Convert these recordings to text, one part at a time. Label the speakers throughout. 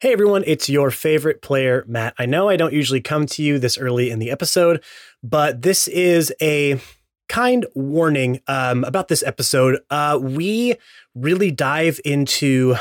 Speaker 1: Hey everyone, it's your favorite player, Matt. I know I don't usually come to you this early in the episode, but this is a kind warning um, about this episode. Uh, we really dive into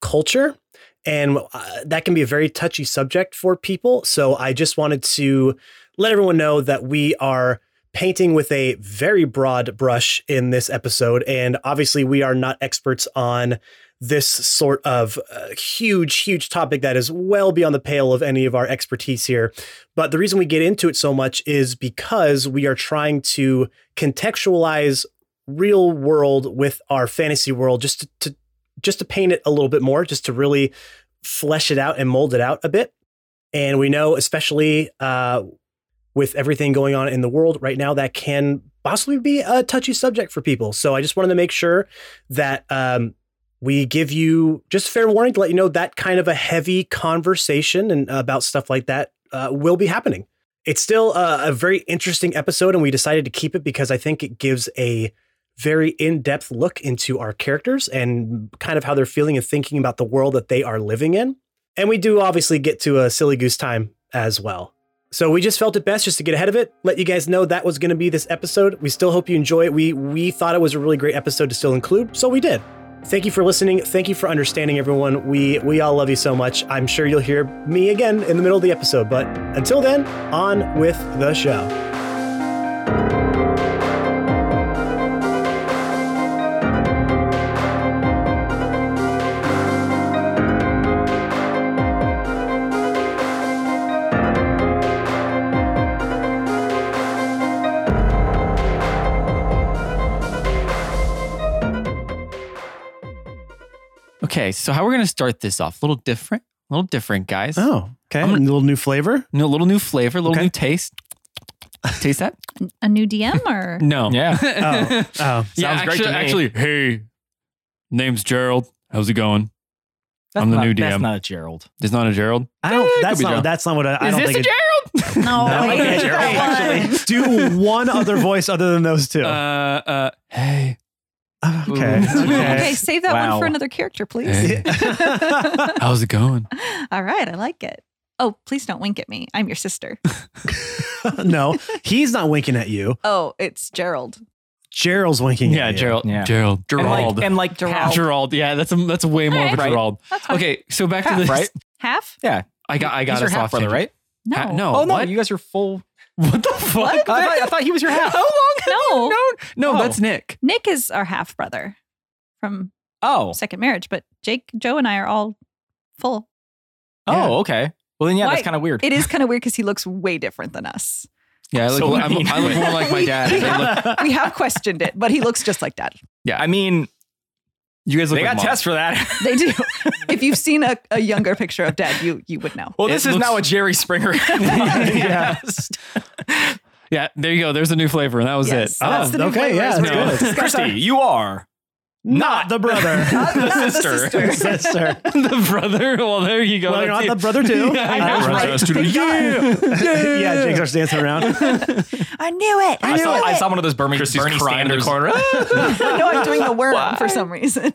Speaker 1: culture, and uh, that can be a very touchy subject for people. So I just wanted to let everyone know that we are painting with a very broad brush in this episode. And obviously, we are not experts on this sort of uh, huge, huge topic that is well beyond the pale of any of our expertise here. But the reason we get into it so much is because we are trying to contextualize real world with our fantasy world just to, to just to paint it a little bit more, just to really flesh it out and mold it out a bit. And we know, especially uh, with everything going on in the world right now, that can possibly be a touchy subject for people. So I just wanted to make sure that um, we give you just fair warning to let you know that kind of a heavy conversation and about stuff like that uh, will be happening. It's still a, a very interesting episode, and we decided to keep it because I think it gives a very in-depth look into our characters and kind of how they're feeling and thinking about the world that they are living in. And we do obviously get to a silly goose time as well. So we just felt it best just to get ahead of it, let you guys know that was going to be this episode. We still hope you enjoy it. We we thought it was a really great episode to still include, so we did. Thank you for listening. Thank you for understanding everyone. We we all love you so much. I'm sure you'll hear me again in the middle of the episode, but until then, on with the show.
Speaker 2: Okay, so how we're gonna start this off? A little different, a little different, guys.
Speaker 1: Oh, okay.
Speaker 2: I'm gonna-
Speaker 1: a little new flavor.
Speaker 2: No, a little new flavor, a little
Speaker 1: Okay.
Speaker 2: new taste. Taste that?
Speaker 3: A new DM or
Speaker 2: No.
Speaker 4: Yeah.
Speaker 1: Oh, oh.
Speaker 4: Sounds
Speaker 2: yeah,
Speaker 4: great
Speaker 2: actually,
Speaker 4: to me.
Speaker 2: Actually, hey, name's Gerald. How's it going?
Speaker 4: That's
Speaker 2: I'm the
Speaker 4: not,
Speaker 2: new DM.
Speaker 4: That's not a Gerald.
Speaker 2: It's not a Gerald.
Speaker 1: I don't. That's
Speaker 2: be
Speaker 1: not.
Speaker 2: Gerald.
Speaker 1: That's not what I. I
Speaker 2: Is
Speaker 1: don't
Speaker 2: this
Speaker 1: think
Speaker 2: a Oh,
Speaker 1: it-
Speaker 2: Gerald?
Speaker 3: no?
Speaker 1: No,
Speaker 4: I
Speaker 3: wait,
Speaker 4: think Gerald,
Speaker 3: come
Speaker 4: actually.
Speaker 3: on.
Speaker 1: do one other voice other than those two. Oh,
Speaker 2: uh, uh, hey,
Speaker 1: okay.
Speaker 2: ooh.
Speaker 3: Okay,
Speaker 1: Okay.
Speaker 3: save that one
Speaker 4: Wow.
Speaker 3: for another character, please.
Speaker 2: Hey. how's it going?
Speaker 3: All right, I like it. Oh, please don't wink at me. I'm your sister.
Speaker 1: no, he's not winking at you.
Speaker 3: Oh, it's Gerald.
Speaker 1: Gerald's winking. at you.
Speaker 4: Yeah.
Speaker 2: Gerald.
Speaker 4: And
Speaker 2: Gerald.
Speaker 4: like, and like
Speaker 3: Gerald.
Speaker 4: half-
Speaker 2: Gerald. Yeah, that's a that's a way more of a
Speaker 4: Right.
Speaker 2: Gerald.
Speaker 3: That's fine.
Speaker 2: Okay, so back to
Speaker 4: half,
Speaker 2: this.
Speaker 4: right?
Speaker 3: Half?
Speaker 2: I got I got
Speaker 4: He's your
Speaker 2: us
Speaker 4: half
Speaker 2: off
Speaker 4: brother,
Speaker 2: tangent.
Speaker 4: right?
Speaker 3: No.
Speaker 2: Ha- no.
Speaker 4: Oh, no,
Speaker 2: what?
Speaker 4: you guys are full.
Speaker 2: What the fuck?
Speaker 4: I thought, I thought he was your half.
Speaker 2: How long?
Speaker 3: No.
Speaker 2: No,
Speaker 4: Oh.
Speaker 2: that's Nick.
Speaker 3: Nick is our half brother from
Speaker 4: Oh,
Speaker 3: second marriage, but Jake, Joe, and I are all full.
Speaker 1: Yeah.
Speaker 4: oh, okay. Well, then, yeah,
Speaker 3: Why-
Speaker 4: that's kind of weird.
Speaker 3: It is kind of weird because he looks way different than us.
Speaker 2: Yeah, I look,
Speaker 4: So
Speaker 2: I'm,
Speaker 4: mean.
Speaker 2: I look more like my dad.
Speaker 3: We-
Speaker 2: They look-
Speaker 3: We have questioned it, but he looks just like dad.
Speaker 4: I mean,
Speaker 2: you guys look
Speaker 4: they
Speaker 2: like
Speaker 4: got
Speaker 2: mom.
Speaker 4: tests for that.
Speaker 3: They do. if you've seen a, a younger picture of dad, you you would know.
Speaker 4: well,
Speaker 2: It
Speaker 4: this is
Speaker 2: looks-
Speaker 4: now a Jerry Springer. podcast.
Speaker 2: Yeah, there you go. There's a new flavor, and that was
Speaker 3: Yes,
Speaker 2: it. Ah.
Speaker 1: Oh,
Speaker 3: that's the new
Speaker 1: okay,
Speaker 3: flavor
Speaker 1: yeah,
Speaker 3: as
Speaker 1: that's
Speaker 3: we're
Speaker 2: good.
Speaker 3: discussing.
Speaker 4: Christy, you are
Speaker 1: not the brother.
Speaker 3: Not the
Speaker 4: sister.
Speaker 1: Sister.
Speaker 2: the brother. Well, there you go.
Speaker 1: Well, you're
Speaker 2: That's
Speaker 1: not the
Speaker 2: it.
Speaker 1: brother too.
Speaker 2: Yeah, I
Speaker 1: That
Speaker 2: know,
Speaker 1: was
Speaker 2: right?
Speaker 1: right.
Speaker 2: Thank God.
Speaker 1: yeah, Jake starts dancing around.
Speaker 3: I knew it. I,
Speaker 4: I,
Speaker 3: knew
Speaker 4: saw,
Speaker 3: it.
Speaker 4: I saw one of those Bernie,
Speaker 2: Christy's
Speaker 4: Bernie
Speaker 2: crying in the
Speaker 4: Sanders.
Speaker 2: corner.
Speaker 3: no, I'm doing the worm for some reason.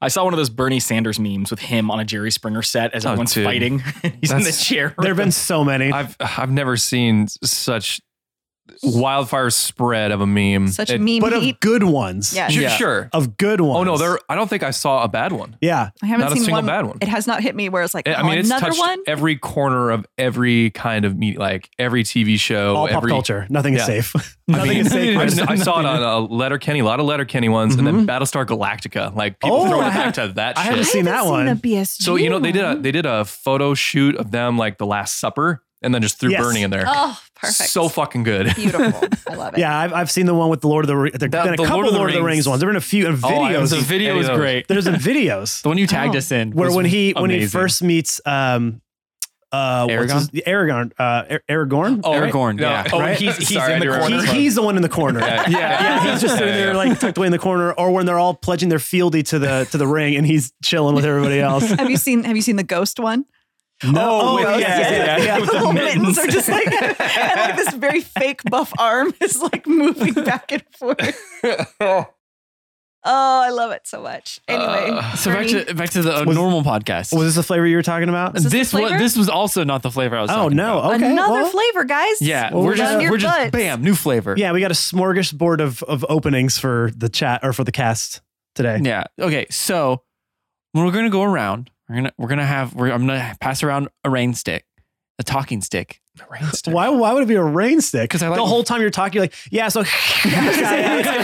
Speaker 4: I saw one of those Bernie Sanders memes with him on a Jerry Springer set as
Speaker 5: Oh,
Speaker 4: everyone's
Speaker 5: dude.
Speaker 4: fighting. He's in the
Speaker 5: That's-
Speaker 4: chair.
Speaker 1: There have been so many.
Speaker 5: I've I've never seen such wildfire spread of a meme.
Speaker 3: Such
Speaker 5: It-
Speaker 3: meme
Speaker 1: but
Speaker 3: heat.
Speaker 1: of good ones.
Speaker 3: Yeah.
Speaker 5: Sure,
Speaker 2: Yeah.
Speaker 5: sure.
Speaker 1: Of good ones.
Speaker 5: Oh no, there. I don't think I saw a bad one.
Speaker 1: Yeah.
Speaker 3: I haven't
Speaker 5: Not a
Speaker 3: seen
Speaker 5: single
Speaker 3: one.
Speaker 5: bad one.
Speaker 3: It has not hit me where it's like,
Speaker 5: I
Speaker 3: oh,
Speaker 5: mean, it's
Speaker 3: another
Speaker 5: touched
Speaker 3: one.
Speaker 5: every corner of every kind of media, like every TV
Speaker 6: Oh,
Speaker 5: show,
Speaker 1: All pop
Speaker 5: every
Speaker 1: culture. Nothing is
Speaker 5: Yeah.
Speaker 1: safe.
Speaker 5: I, mean,
Speaker 1: Nothing is safe.
Speaker 5: I, I saw it
Speaker 1: Nothing.
Speaker 5: on a Letterkenny, a lot of Letterkenny ones, and then Battlestar Galactica. Like people
Speaker 1: Mm-hmm. Oh,
Speaker 5: throwing
Speaker 1: I
Speaker 5: it back to that
Speaker 1: I
Speaker 5: shit.
Speaker 1: haven't seen that one.
Speaker 3: BSG.
Speaker 5: so you know they did a they did a photo shoot of them like the Last Supper, and then just threw
Speaker 1: Yes.
Speaker 5: Bernie in there.
Speaker 3: Oh, perfect.
Speaker 5: So fucking good.
Speaker 3: beautiful. I love it.
Speaker 1: Yeah, I've, I've seen the one with the Lord of the Rings. There've
Speaker 5: That-
Speaker 1: been a
Speaker 5: the
Speaker 1: couple Lord of the, Rings. ones. There've been a few and
Speaker 5: Oh, I
Speaker 1: videos.
Speaker 5: haven't
Speaker 2: the video
Speaker 5: Any
Speaker 2: is
Speaker 5: of those.
Speaker 2: great.
Speaker 1: There's a videos
Speaker 2: The one you
Speaker 4: Oh.
Speaker 2: tagged us in.
Speaker 1: where
Speaker 2: was
Speaker 1: when he when he
Speaker 2: amazing.
Speaker 1: first meets um uh
Speaker 5: Aragorn?
Speaker 1: what's his, Aragorn uh Ar- Aragorn.
Speaker 2: Oh,
Speaker 1: right?
Speaker 2: Aragorn,
Speaker 5: No,
Speaker 2: yeah.
Speaker 5: oh,
Speaker 1: Right?
Speaker 5: he's, he's
Speaker 4: Sorry, I
Speaker 5: in the
Speaker 4: do
Speaker 5: corner.
Speaker 1: He, he's the one in the corner.
Speaker 5: yeah,
Speaker 1: Yeah, he's just sitting
Speaker 5: Yeah,
Speaker 1: there
Speaker 5: yeah.
Speaker 1: like tucked away in the corner, or when they're all pledging their fealty to the to the ring, and he's chilling with everybody else.
Speaker 5: Oh,
Speaker 3: Have you seen Have you seen the ghost one?
Speaker 1: oh,
Speaker 4: with-
Speaker 1: yeah,
Speaker 4: yeah,
Speaker 1: yeah, yeah.
Speaker 3: The little mittens are just like, and like this very fake buff arm is like moving back and forth. Oh, I love it so much. Anyway,
Speaker 5: Uh,
Speaker 2: So back
Speaker 3: Bernie,
Speaker 2: to back to the uh,
Speaker 1: Was-
Speaker 2: normal podcast.
Speaker 1: Was this the flavor you were talking about?
Speaker 3: Is this the
Speaker 5: this was
Speaker 3: flavor?
Speaker 5: this was also not the flavor I was.
Speaker 1: Oh
Speaker 5: talking
Speaker 1: no!
Speaker 5: about.
Speaker 1: Okay,
Speaker 3: another
Speaker 1: well,
Speaker 3: flavor, guys.
Speaker 5: Yeah,
Speaker 1: Well,
Speaker 5: we're
Speaker 1: down
Speaker 5: just
Speaker 1: your
Speaker 5: we're just
Speaker 3: butts.
Speaker 5: bam new flavor.
Speaker 1: Yeah, we got a smorgasbord of of openings for the chat or for the cast today.
Speaker 5: Yeah. Okay. So we're gonna go around. We're gonna we're gonna have we're, I'm gonna pass around a rain stick, a talking stick.
Speaker 1: Why? Why would it be a rain stick?
Speaker 5: 'Cause I like-
Speaker 1: the whole time you're talking, you're like, yeah. So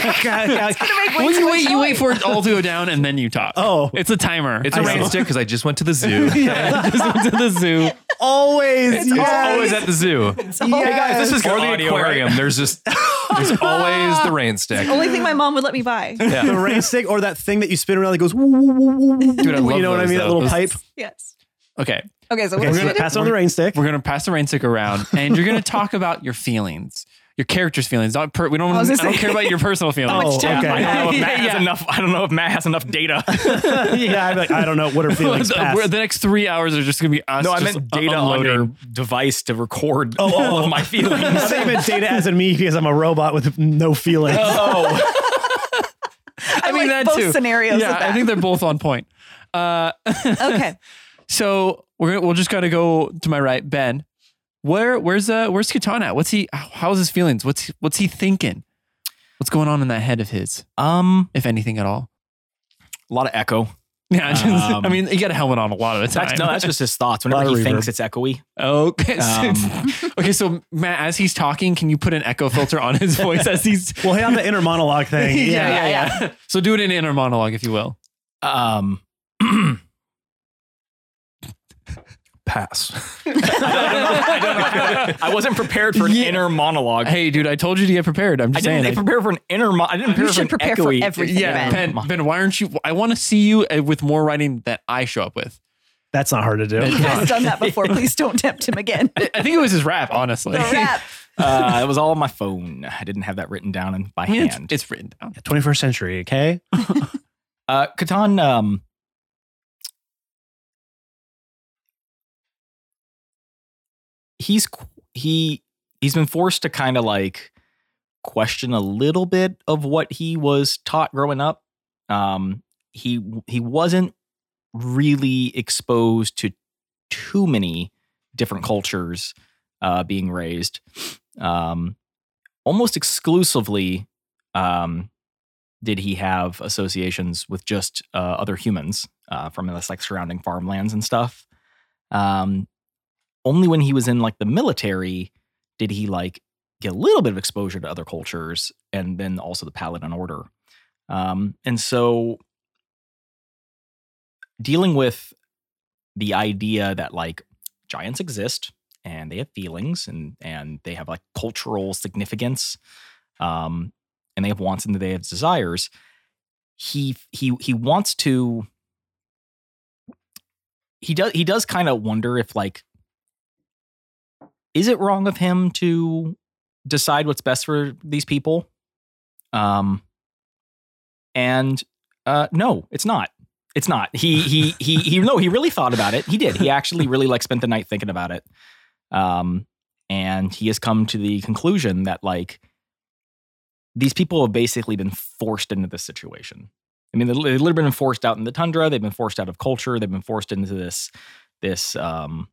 Speaker 5: Well, you wait. You wait for it all to go down and then you talk.
Speaker 1: oh,
Speaker 5: it's a timer.
Speaker 6: It's a
Speaker 1: I
Speaker 6: rain
Speaker 1: know.
Speaker 6: stick because I just went to the zoo.
Speaker 5: I just went to the zoo.
Speaker 1: always.
Speaker 3: It's
Speaker 1: yes.
Speaker 6: Always at the zoo.
Speaker 1: Hey guys, this
Speaker 6: This
Speaker 1: is
Speaker 6: is or the
Speaker 5: audio, right?
Speaker 6: aquarium. There's just there's always the rain stick.
Speaker 1: Oh,
Speaker 3: Only thing my mom would let me buy.
Speaker 1: the
Speaker 6: Yeah.
Speaker 1: rain stick or that thing that you spin around that goes. Woo, woo, woo, woo, woo,
Speaker 5: Dude, I
Speaker 1: you
Speaker 5: love
Speaker 1: know what I
Speaker 5: those,
Speaker 1: mean? That
Speaker 5: though.
Speaker 1: little pipe.
Speaker 3: Yes.
Speaker 5: Okay.
Speaker 3: Okay, so
Speaker 1: Okay,
Speaker 3: what
Speaker 1: so
Speaker 3: do we do?
Speaker 1: pass on the rain stick.
Speaker 5: We're gonna pass the rain stick around, and you're gonna talk about your feelings, your character's feelings. Not per, we don't.
Speaker 3: I
Speaker 5: I,
Speaker 3: was gonna
Speaker 5: don't
Speaker 3: say-
Speaker 5: care about your personal feelings.
Speaker 1: Oh,
Speaker 3: time
Speaker 1: okay.
Speaker 3: I
Speaker 4: I don't know if Matt
Speaker 5: Yeah.
Speaker 4: has enough. I don't know if Matt has enough data.
Speaker 1: yeah, I'm like, I don't know what are feelings.
Speaker 5: the,
Speaker 1: Pass.
Speaker 5: we're- the next three hours are just gonna be us.
Speaker 4: no, I
Speaker 5: just
Speaker 4: meant data
Speaker 5: unloading.
Speaker 4: on your device to record
Speaker 1: oh,
Speaker 4: all
Speaker 1: oh.
Speaker 4: of my
Speaker 1: The
Speaker 4: feelings.
Speaker 1: same as data as in me because I'm a robot with no feelings.
Speaker 4: oh,
Speaker 3: I
Speaker 5: mean,
Speaker 3: like
Speaker 5: that
Speaker 3: both
Speaker 5: too.
Speaker 3: scenarios.
Speaker 5: Yeah,
Speaker 3: of that.
Speaker 5: I think they're both on point. Uh,
Speaker 3: okay.
Speaker 5: so we're we'll just gotta go to my right, Ben. Where where's uh where's Catan at? What's he? How's his feelings? What's what's he thinking? What's going on in that head of his,
Speaker 4: um,
Speaker 5: if anything at all?
Speaker 4: a lot of echo.
Speaker 5: Yeah, just-
Speaker 4: Um,
Speaker 5: I mean, you got a helmet on a lot of the time.
Speaker 4: That's, no, that's just his thoughts.
Speaker 1: Lot
Speaker 4: Whenever
Speaker 1: of
Speaker 4: he
Speaker 1: reverb.
Speaker 4: thinks it's echoey.
Speaker 5: Okay.
Speaker 4: Um,
Speaker 5: okay, so Matt, as he's talking, can you put an echo filter on his voice as he's
Speaker 1: Well, hit on the inner monologue thing. Yeah.
Speaker 5: yeah, yeah. So do it in inner monologue, if you will.
Speaker 4: Um,
Speaker 6: Pass.
Speaker 4: I, don't know. I wasn't prepared for an
Speaker 5: Yeah.
Speaker 4: inner monologue.
Speaker 5: Hey, dude, I told you to get prepared. I'm
Speaker 4: I
Speaker 5: just
Speaker 4: didn't
Speaker 5: saying.
Speaker 4: prepare for an inner. Mo- I didn't prepare
Speaker 3: should
Speaker 4: for an
Speaker 3: prepare for
Speaker 4: echoey-
Speaker 5: I-
Speaker 3: everything,
Speaker 5: yeah,
Speaker 3: Ben.
Speaker 5: ben. ben, why aren't you? I want to see you uh, with more writing that I show up with.
Speaker 1: That's not hard to do.
Speaker 3: He's done that before. Please don't tempt him again.
Speaker 5: I I think it was his rap, honestly.
Speaker 3: The rap.
Speaker 4: uh, it was all on my phone. I didn't have that written down in, by
Speaker 5: I mean, it's,
Speaker 4: hand.
Speaker 5: it's written down.
Speaker 1: 21st century, okay?
Speaker 4: Uh, Catan, um, he's qu- he he's been forced to kind of like question a little bit of what he was taught growing up. Um, he he wasn't really exposed to too many different cultures uh, being raised, um, almost exclusively. Um, did he have associations with just uh, other humans uh, from this like surrounding farmlands and stuff. Um, only when he was in like the military did he like get a little bit of exposure to other cultures and then also the Paladin Order. Um, and so dealing with the idea that like giants exist and they have feelings and and they have like cultural significance um and they have wants and they have desires he he he wants to he does he does kind of wonder if like is it wrong of him to decide what's best for these people um and uh no it's not it's not he he he he no he really thought about it he did he actually really like spent the night thinking about it um and he has come to the conclusion that like these people have basically been forced into this situation. I mean, they've literally been forced out in the tundra. They've been forced out of culture. They've been forced into this, this, um,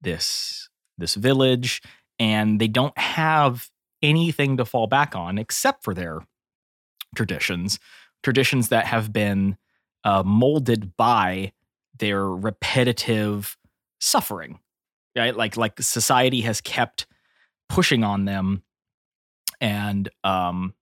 Speaker 4: this, this village, and they don't have anything to fall back on except for their traditions, traditions that have been uh, molded by their repetitive suffering. Right, like like society has kept pushing on them and um,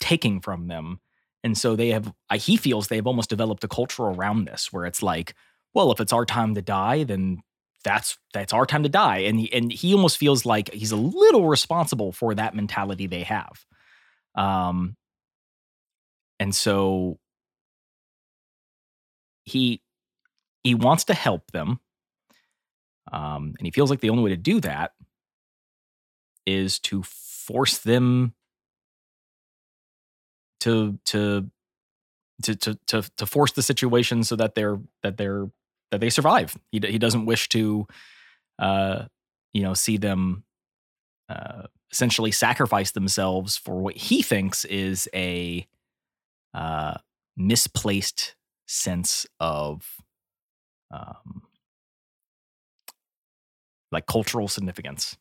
Speaker 4: taking from them. And so they have, I- he feels they've almost developed a culture around this where it's like, well, if it's our time to die, then that's that's our time to die. And he, and he almost feels like he's a little responsible for that mentality they have. Um, and so he he wants to help them. Um, and he feels like the only way to do that is to force them to to to to to, to force the situation so that they're that they're that they survive. He d- he doesn't wish to uh you know see them uh essentially sacrifice themselves for what he thinks is a uh, misplaced sense of um, like cultural significance,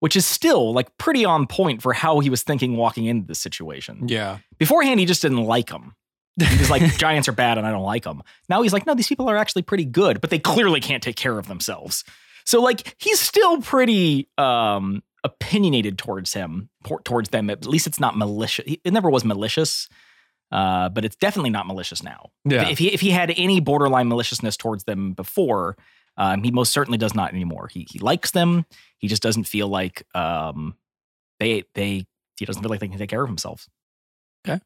Speaker 4: which is still like pretty on point for how he was thinking walking into this situation.
Speaker 5: Yeah.
Speaker 4: Beforehand, he just didn't like them. He was like, Giants are bad and I don't like them. Now he's like, no, these people are actually pretty good, but they clearly can't take care of themselves. So like he's still pretty um opinionated towards him, por- towards them. At least it's not malicious. It never was malicious. Uh, but it's definitely not malicious now.
Speaker 6: Yeah.
Speaker 4: If he if he had any borderline maliciousness towards them before, um, he most certainly does not anymore. He he likes them. He just doesn't feel like um they they he doesn't feel like they can take care of themselves.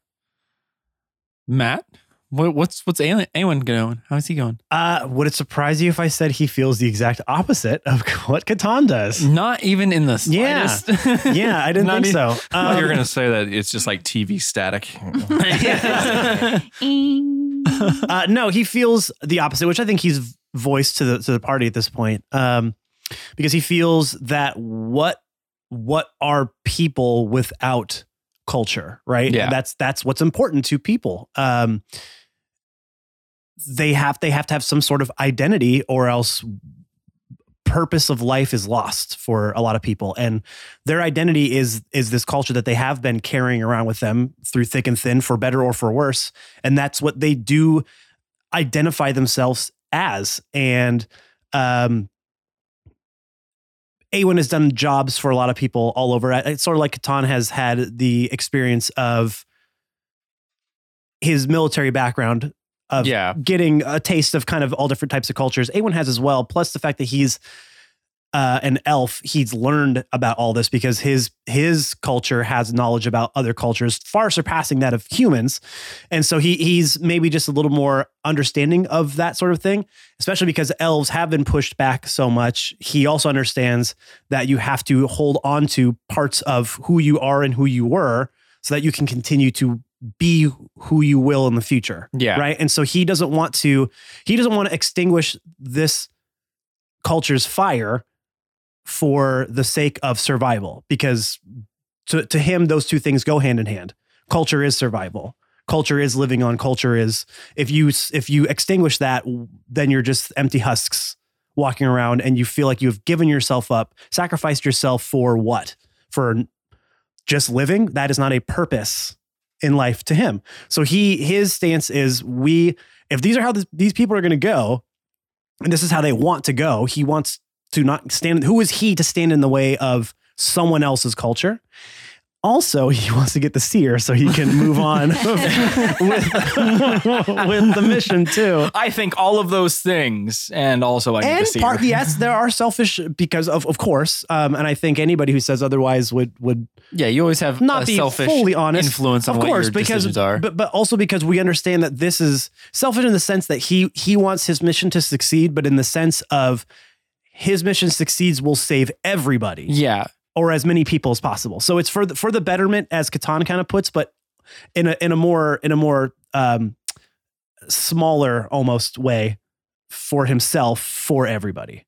Speaker 5: Matt, what, what's what's Awen Awen going? How's he going?
Speaker 1: Uh, would it surprise you if I said he feels the exact opposite of what Catan does?
Speaker 5: Not even in the
Speaker 1: Yeah.
Speaker 5: slightest.
Speaker 1: yeah, I didn't
Speaker 6: Not
Speaker 1: think
Speaker 6: e-
Speaker 1: so.
Speaker 6: Oh, you're
Speaker 1: Um,
Speaker 6: gonna say that it's just like TV static.
Speaker 1: uh, no, he feels the opposite, which I think he's voiced to the to the party at this point, um, because he feels that what what are people without culture, right?
Speaker 6: Yeah.
Speaker 1: that's that's what's important to people. Um, they have they have to have some sort of identity, or else purpose of life is lost for a lot of people and their identity is is this culture that they have been carrying around with them through thick and thin for better or for worse and that's what they do identify themselves as and um Awen has done jobs for a lot of people all over. It's sort of like Catan has had the experience of his military background of
Speaker 6: yeah.
Speaker 1: getting a taste of kind of all different types of cultures. A1 has as well, plus the fact that he's uh, an elf, he's learned about all this because his his culture has knowledge about other cultures far surpassing that of humans, and so he he's maybe just a little more understanding of that sort of thing. Especially because elves have been pushed back so much, he also understands that you have to hold on to parts of who you are and who you were, so that you can continue to be who you will in the future
Speaker 6: Yeah.
Speaker 1: right and so he doesn't want to he doesn't want to extinguish this culture's fire for the sake of survival because to, to him those two things go hand in hand culture is survival culture is living on culture is if you if you extinguish that then you're just empty husks walking around and you feel like you've given yourself up sacrificed yourself for what for just living that is not a purpose in life to him so he his stance is we if these are how this, these people are going to go and this is how they want to go he wants to not stand who is he to stand in the way of someone else's culture also he wants to get the seer so he can move on with, with the mission too
Speaker 4: I think all of those things, and also I need
Speaker 1: and
Speaker 4: to see
Speaker 1: part
Speaker 4: her.
Speaker 1: yes there are selfish because of of course um, and i think anybody who says otherwise would would
Speaker 5: Yeah, you always have
Speaker 1: not
Speaker 5: a
Speaker 1: be
Speaker 5: selfish
Speaker 1: fully honest
Speaker 5: influence on
Speaker 1: of
Speaker 5: what
Speaker 1: course
Speaker 5: your
Speaker 1: because
Speaker 5: decisions are.
Speaker 1: but but also because we understand that this is selfish in the sense that he he wants his mission to succeed but in the sense of his mission succeeds will save everybody
Speaker 5: yeah,
Speaker 1: or as many people as possible so it's for the, for the betterment as Catan kind of puts but in a in a more in a more um smaller almost way for himself for everybody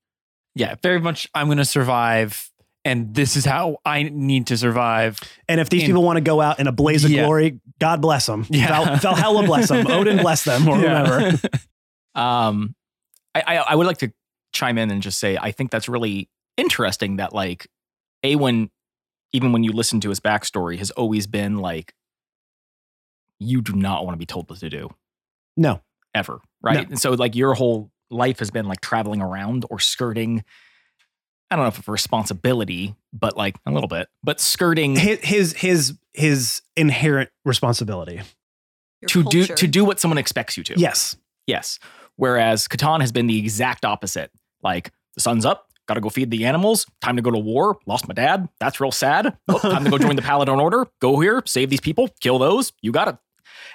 Speaker 5: yeah, very much. I'm going to survive, and this is how I need to survive.
Speaker 1: and if these
Speaker 5: In-
Speaker 1: people want to go out in a blaze of
Speaker 5: Yeah.
Speaker 1: glory god bless them
Speaker 5: Yeah.
Speaker 1: Val, valhalla bless them odin bless them or
Speaker 5: Yeah.
Speaker 1: whoever
Speaker 4: Um, I, I I would like to chime in and just say I think that's really interesting that like Awen, even when you listen to his backstory, has always been like, you do not want to be told what to do
Speaker 1: No.
Speaker 4: ever, right? And so like your whole life has been like traveling around or skirting. I don't know if it's responsibility, but like a little bit, but skirting
Speaker 1: his his his, his inherent responsibility.
Speaker 4: to do to do what someone expects you to.
Speaker 1: Yes.
Speaker 4: Yes. Whereas Catan has been the exact opposite. Like, the sun's up, gotta go feed the animals, time to go to war, lost my dad, that's real sad. Oh, time to go join the Paladin Order, go here, save these people, kill those, you got it.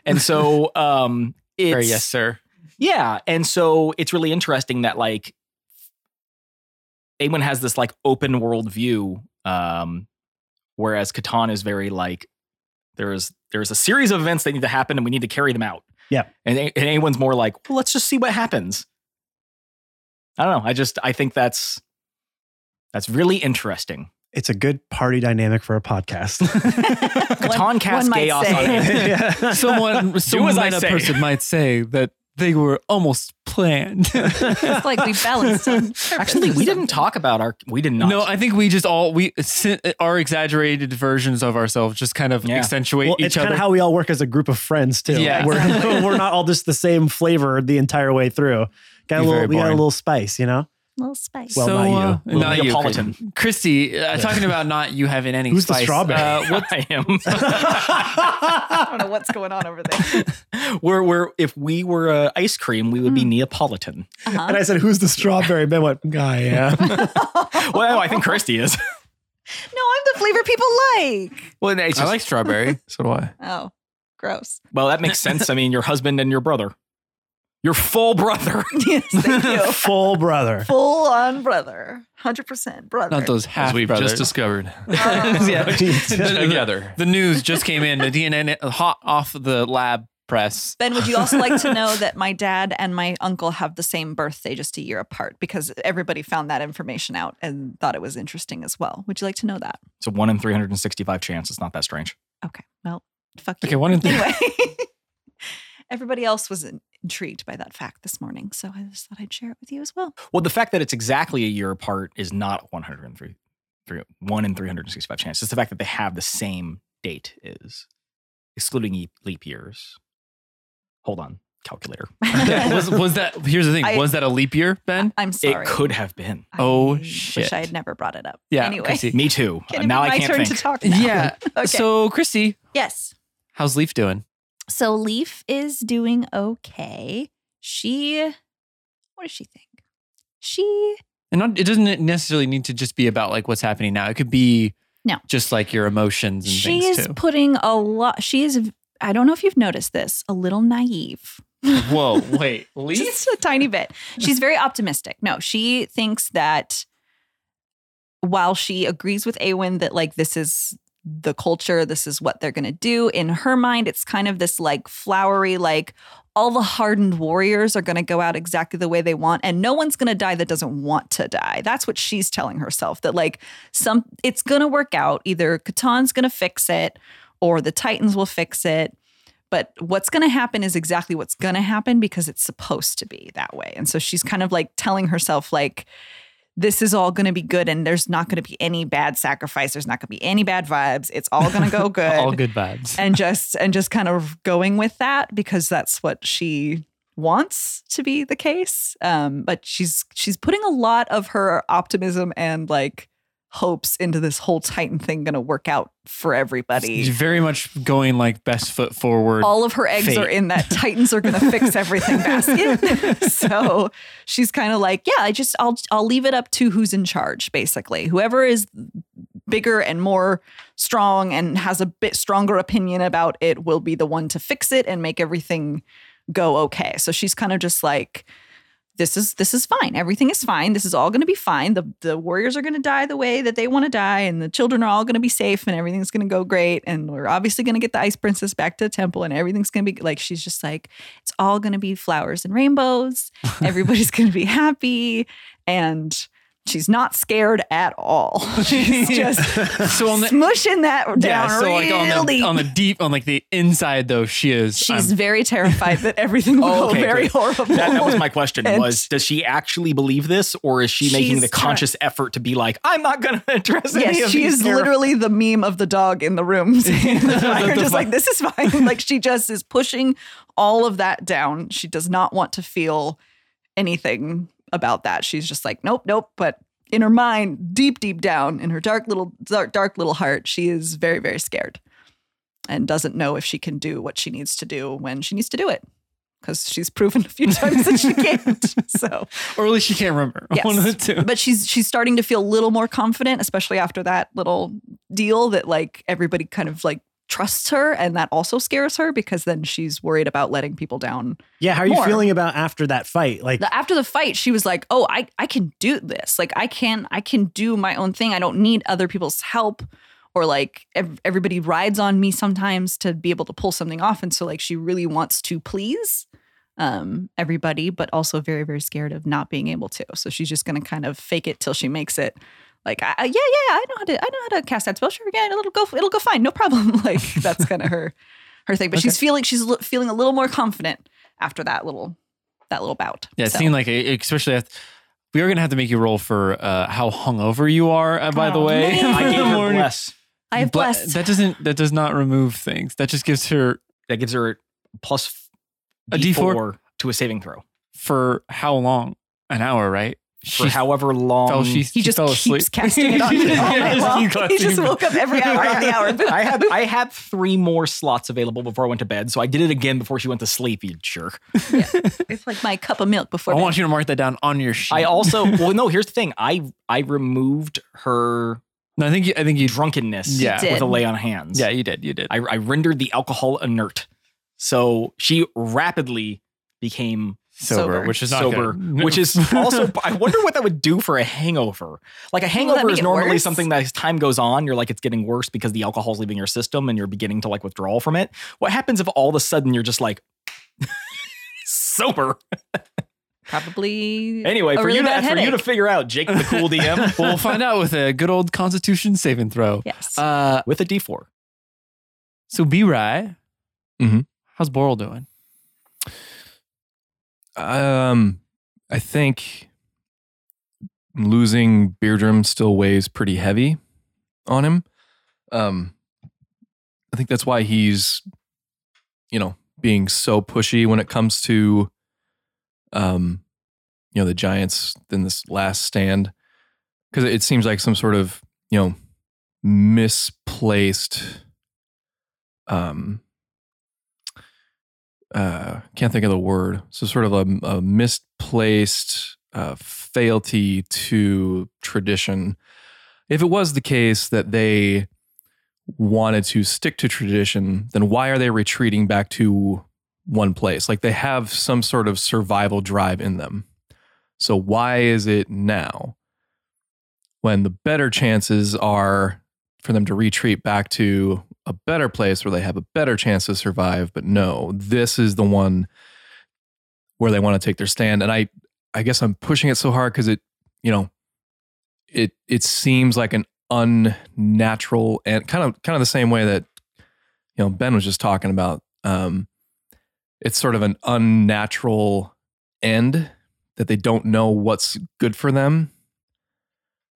Speaker 4: And so um it's
Speaker 5: Very yes, sir.
Speaker 4: yeah. And so it's really interesting that like Awen has this like open world view, um, whereas Catan is very like there's there's a series of events that need to happen and we need to carry them out.
Speaker 1: Yeah.
Speaker 4: And, A- and Awen's more like, well, let's just see what happens. I don't know. I just I think that's that's really interesting.
Speaker 1: It's a good party dynamic for a podcast.
Speaker 5: E-,
Speaker 4: Catan cast
Speaker 3: might
Speaker 4: chaos
Speaker 3: say.
Speaker 4: on it.
Speaker 1: Yeah.
Speaker 5: Someone, someone
Speaker 4: as I
Speaker 5: made up
Speaker 4: say.
Speaker 5: person might say that they were almost planned.
Speaker 3: It's like we balanced. on purpose or
Speaker 4: Actually, we
Speaker 3: something.
Speaker 4: didn't talk about our. We did not.
Speaker 5: No, I think we just all we sin- our exaggerated versions of ourselves just kind of
Speaker 4: Yeah.
Speaker 5: accentuate
Speaker 1: Well, it's
Speaker 5: each
Speaker 1: kind
Speaker 5: other.
Speaker 1: of how we all work as a group of friends too.
Speaker 5: Yeah,
Speaker 1: we're, we're not all just the same flavor the entire way through. Got a
Speaker 5: Be very
Speaker 1: little, we got a
Speaker 5: boring.
Speaker 1: little spice, you know.
Speaker 3: Little spice.
Speaker 1: Well, not you.
Speaker 5: uh,
Speaker 4: Little
Speaker 5: not you,
Speaker 4: Neapolitan.
Speaker 5: Chris- Christy. Uh, Talking about not you having any.
Speaker 1: Who's the
Speaker 5: spice,
Speaker 1: strawberry?
Speaker 5: uh,
Speaker 4: what I am.
Speaker 3: I don't know what's going on over there.
Speaker 4: we're, we're if we were uh, ice cream, we would
Speaker 3: Hmm.
Speaker 4: be Neapolitan.
Speaker 1: And I said, "Who's the strawberry?" Ben went, "Guy, yeah."
Speaker 4: Well, I think Christy is.
Speaker 3: No, I'm the flavor people like.
Speaker 4: well, no, it's
Speaker 5: I
Speaker 4: just-
Speaker 5: like strawberry. so do I.
Speaker 3: Oh, gross.
Speaker 4: well, that makes sense. I mean, your husband and your brother, your full brother.
Speaker 3: yes, thank you.
Speaker 1: Full brother.
Speaker 3: Full on brother. 100% brother.
Speaker 5: Not those
Speaker 6: as
Speaker 1: Ah,
Speaker 5: half
Speaker 6: we've
Speaker 5: brothers.
Speaker 6: just discovered
Speaker 3: Oh.
Speaker 5: yeah.
Speaker 6: together.
Speaker 5: The news just came in. The DNA hot off the lab press.
Speaker 3: Ben, would you also like to know that my dad and my uncle have the same birthday just a year apart because everybody found that information out and thought it was interesting as well. Would you like to know that?
Speaker 4: It's a one in three hundred and sixty-five chance. It's not that strange.
Speaker 3: Okay. Well, fuck you.
Speaker 5: Okay, one in three.
Speaker 3: Anyway, everybody else was in- intrigued by that fact this morning, so I just thought I'd share it with you as well.
Speaker 4: Well, the fact that it's exactly a year apart is not one hundred and three, three one in three hundred and sixty-five chance. It's the fact that they have the same date is, excluding ye- leap years. Hold on, calculator.
Speaker 5: was, was that? Here's the thing.
Speaker 3: I-
Speaker 5: was that a leap year, Ben?
Speaker 3: I'm sorry.
Speaker 4: It could have been.
Speaker 3: I
Speaker 5: Oh,
Speaker 3: Wish
Speaker 5: shit.
Speaker 3: I had never brought it up.
Speaker 5: Yeah.
Speaker 3: Anyway,
Speaker 5: Chrissy.
Speaker 4: Me too.
Speaker 3: Can
Speaker 4: Uh,
Speaker 3: it
Speaker 4: now
Speaker 3: be my
Speaker 4: I can't
Speaker 3: turn
Speaker 4: think.
Speaker 3: to talk. Now?
Speaker 5: Yeah.
Speaker 3: Okay.
Speaker 5: So, Christy,
Speaker 3: yes.
Speaker 5: how's Leaf doing?
Speaker 3: So Leaf is doing okay. She, what does she think? She
Speaker 5: And not, it doesn't necessarily need to just be about like what's happening now. It could be
Speaker 3: No.
Speaker 5: just like your emotions and
Speaker 3: she
Speaker 5: things
Speaker 3: is
Speaker 5: too.
Speaker 3: putting a lot. She is. I don't know if you've noticed this. A little naive.
Speaker 5: Whoa, wait,
Speaker 3: Just a tiny bit. She's very optimistic. No, she thinks that while she agrees with Awen that like this is the culture, this is what they're going to do, in her mind, it's kind of this like flowery, like all the hardened warriors are going to go out exactly the way they want and no one's going to die that doesn't want to die. That's what she's telling herself that like some it's going to work out. Either Katan's going to fix it or the Titans will fix it but what's going to happen is exactly what's going to happen because it's supposed to be that way and so she's kind of like telling herself like this is all going to be good and there's not going to be any bad sacrifice there's not going to be any bad vibes it's all going to go good
Speaker 5: all good vibes.
Speaker 3: and just and just kind of going with that because that's what she wants to be the case um but she's she's putting a lot of her optimism and like hopes into this whole titan thing going to work out for everybody
Speaker 5: She's very much going like best foot forward.
Speaker 3: all of her eggs
Speaker 5: fate.
Speaker 3: are in that Titans are going to fix everything basket. so she's kind of like, yeah, I just I'll I'll leave it up to who's in charge basically. Whoever is bigger and more strong and has a bit stronger opinion about it will be the one to fix it and make everything go okay. So she's kind of just like this is this is fine. Everything is fine. This is all going to be fine. The the warriors are going to die the way that they want to die, and the children are all going to be safe, and everything's going to go great. And we're obviously going to get the ice princess back to the temple, and everything's going to be like she's just like it's all going to be flowers and rainbows. Everybody's going to be happy, and she's not scared at all. She's just
Speaker 5: so on the
Speaker 3: smushing that down really
Speaker 5: on the,
Speaker 3: deep.
Speaker 5: on the deep, on like the inside though, she is.
Speaker 3: She's
Speaker 5: um,
Speaker 3: very terrified that everything will
Speaker 4: Oh, okay,
Speaker 3: go very
Speaker 4: great.
Speaker 3: horrible.
Speaker 4: That, that was my question:
Speaker 3: And-
Speaker 4: was does she actually believe this, or is she making
Speaker 3: She's
Speaker 4: the conscious effort to be like, I'm not going to address any
Speaker 3: Yes,
Speaker 4: of
Speaker 3: she
Speaker 4: these
Speaker 3: is
Speaker 4: terrible-
Speaker 3: literally the meme of the dog in the room. saying the fire, just like this is fine. Like she just is pushing all of that down. She does not want to feel anything about that. She's just like, nope, nope. But in her mind, deep, deep down, in her dark little dark, dark little heart, she is very, very scared and doesn't know if she can do what she needs to do when she needs to do it. Because she's proven a few times that she can't. So
Speaker 5: or at least she can't remember.
Speaker 3: Yes.
Speaker 5: One of the two.
Speaker 3: but she's she's starting to feel a little more confident especially after that little deal that like everybody kind of like trusts her and that also scares her because then she's worried about letting people down
Speaker 1: Yeah, how are you
Speaker 3: More.
Speaker 1: feeling about after that fight? Like,
Speaker 3: The- after the fight she was like oh i i can do this like i can i can do my own thing i don't need other people's help or like ev- everybody rides on me sometimes to be able to pull something off and so like she really wants to please um everybody but also very very scared of not being able to so she's just going to kind of fake it till she makes it Like, I, I- yeah, yeah, I know how to, I know how to cast that spell. Sure, yeah, it'll go, it'll go fine, no problem. Like that's kind of her, her thing. But she's feeling, she's li- feeling a little more confident after that little, that little bout.
Speaker 5: Yeah, it
Speaker 3: So-
Speaker 5: seemed like, it, especially after, we are gonna have to make you roll for uh, how hungover you are. Uh, by the
Speaker 3: Oh,
Speaker 5: way,
Speaker 3: man.
Speaker 4: I gave her
Speaker 5: Morning.
Speaker 4: bless.
Speaker 3: I have
Speaker 5: But
Speaker 3: blessed.
Speaker 5: That doesn't. That does not remove things. That just gives her
Speaker 4: That gives her plus f-
Speaker 5: A D4?
Speaker 4: to a saving throw
Speaker 5: for how long? An hour, right?
Speaker 4: for however long.
Speaker 5: fell. She
Speaker 3: he
Speaker 5: she
Speaker 3: just
Speaker 5: fell
Speaker 3: keeps
Speaker 5: asleep.
Speaker 3: casting it on
Speaker 5: She
Speaker 3: you. Oh,
Speaker 5: just-
Speaker 3: all
Speaker 5: yeah,
Speaker 3: night
Speaker 5: just
Speaker 3: long.
Speaker 5: keep
Speaker 3: He
Speaker 5: casting
Speaker 3: just woke up every hour on the hour.
Speaker 4: I had I had three more slots available before I went to bed, so I did it again before she went to sleep. You jerk.
Speaker 3: It's like my cup of milk before
Speaker 5: I
Speaker 3: bed.
Speaker 5: want you to mark that down on your sheet.
Speaker 4: I also well no. Here's the thing. I I removed her
Speaker 5: No, I think. You, I think you.
Speaker 4: drunkenness.
Speaker 5: Yeah.
Speaker 3: You
Speaker 4: with a
Speaker 3: did.
Speaker 4: lay on hands.
Speaker 5: Yeah, you did. You did.
Speaker 4: I, I rendered the alcohol inert, so she rapidly became
Speaker 5: sober,
Speaker 3: Sober.
Speaker 5: which is not
Speaker 4: sober,
Speaker 5: good.
Speaker 4: which is also. I wonder what that would do for a hangover. Like a hangover
Speaker 3: make
Speaker 4: is
Speaker 3: it
Speaker 4: normally
Speaker 3: worse?
Speaker 4: something that as time goes on, you're like it's getting worse because the alcohol's leaving your system and you're beginning to like withdraw from it. What happens if all of a sudden you're just like sober?
Speaker 3: Probably.
Speaker 4: Anyway,
Speaker 3: a
Speaker 4: for
Speaker 3: really
Speaker 4: you to
Speaker 3: bad
Speaker 4: for you to
Speaker 3: headache.
Speaker 4: figure out, Jake the cool DM
Speaker 5: we'll find out with a good old Constitution saving throw.
Speaker 3: Yes.
Speaker 5: Uh,
Speaker 4: with a D four.
Speaker 5: so B Rye, Mm-hmm.
Speaker 6: Mhm.
Speaker 5: how's Boral doing?
Speaker 6: Um, I think losing Beardrum still weighs pretty heavy on him. Um, I think that's why he's, you know, being so pushy when it comes to, um, you know, the Giants in this last stand, because it seems like some sort of you know misplaced, um, uh, can't think of the word. So sort of a, a misplaced uh, fealty to tradition. If it was the case that they wanted to stick to tradition, then why are they retreating back to one place? Like they have some sort of survival drive in them. So why is it now when the better chances are for them to retreat back to a better place where they have a better chance to survive but no this is the one where they want to take their stand and i i guess i'm pushing it so hard cuz it you know it it seems like an unnatural and kind of kind of the same way that you know ben was just talking about um it's sort of an unnatural end that they don't know what's good for them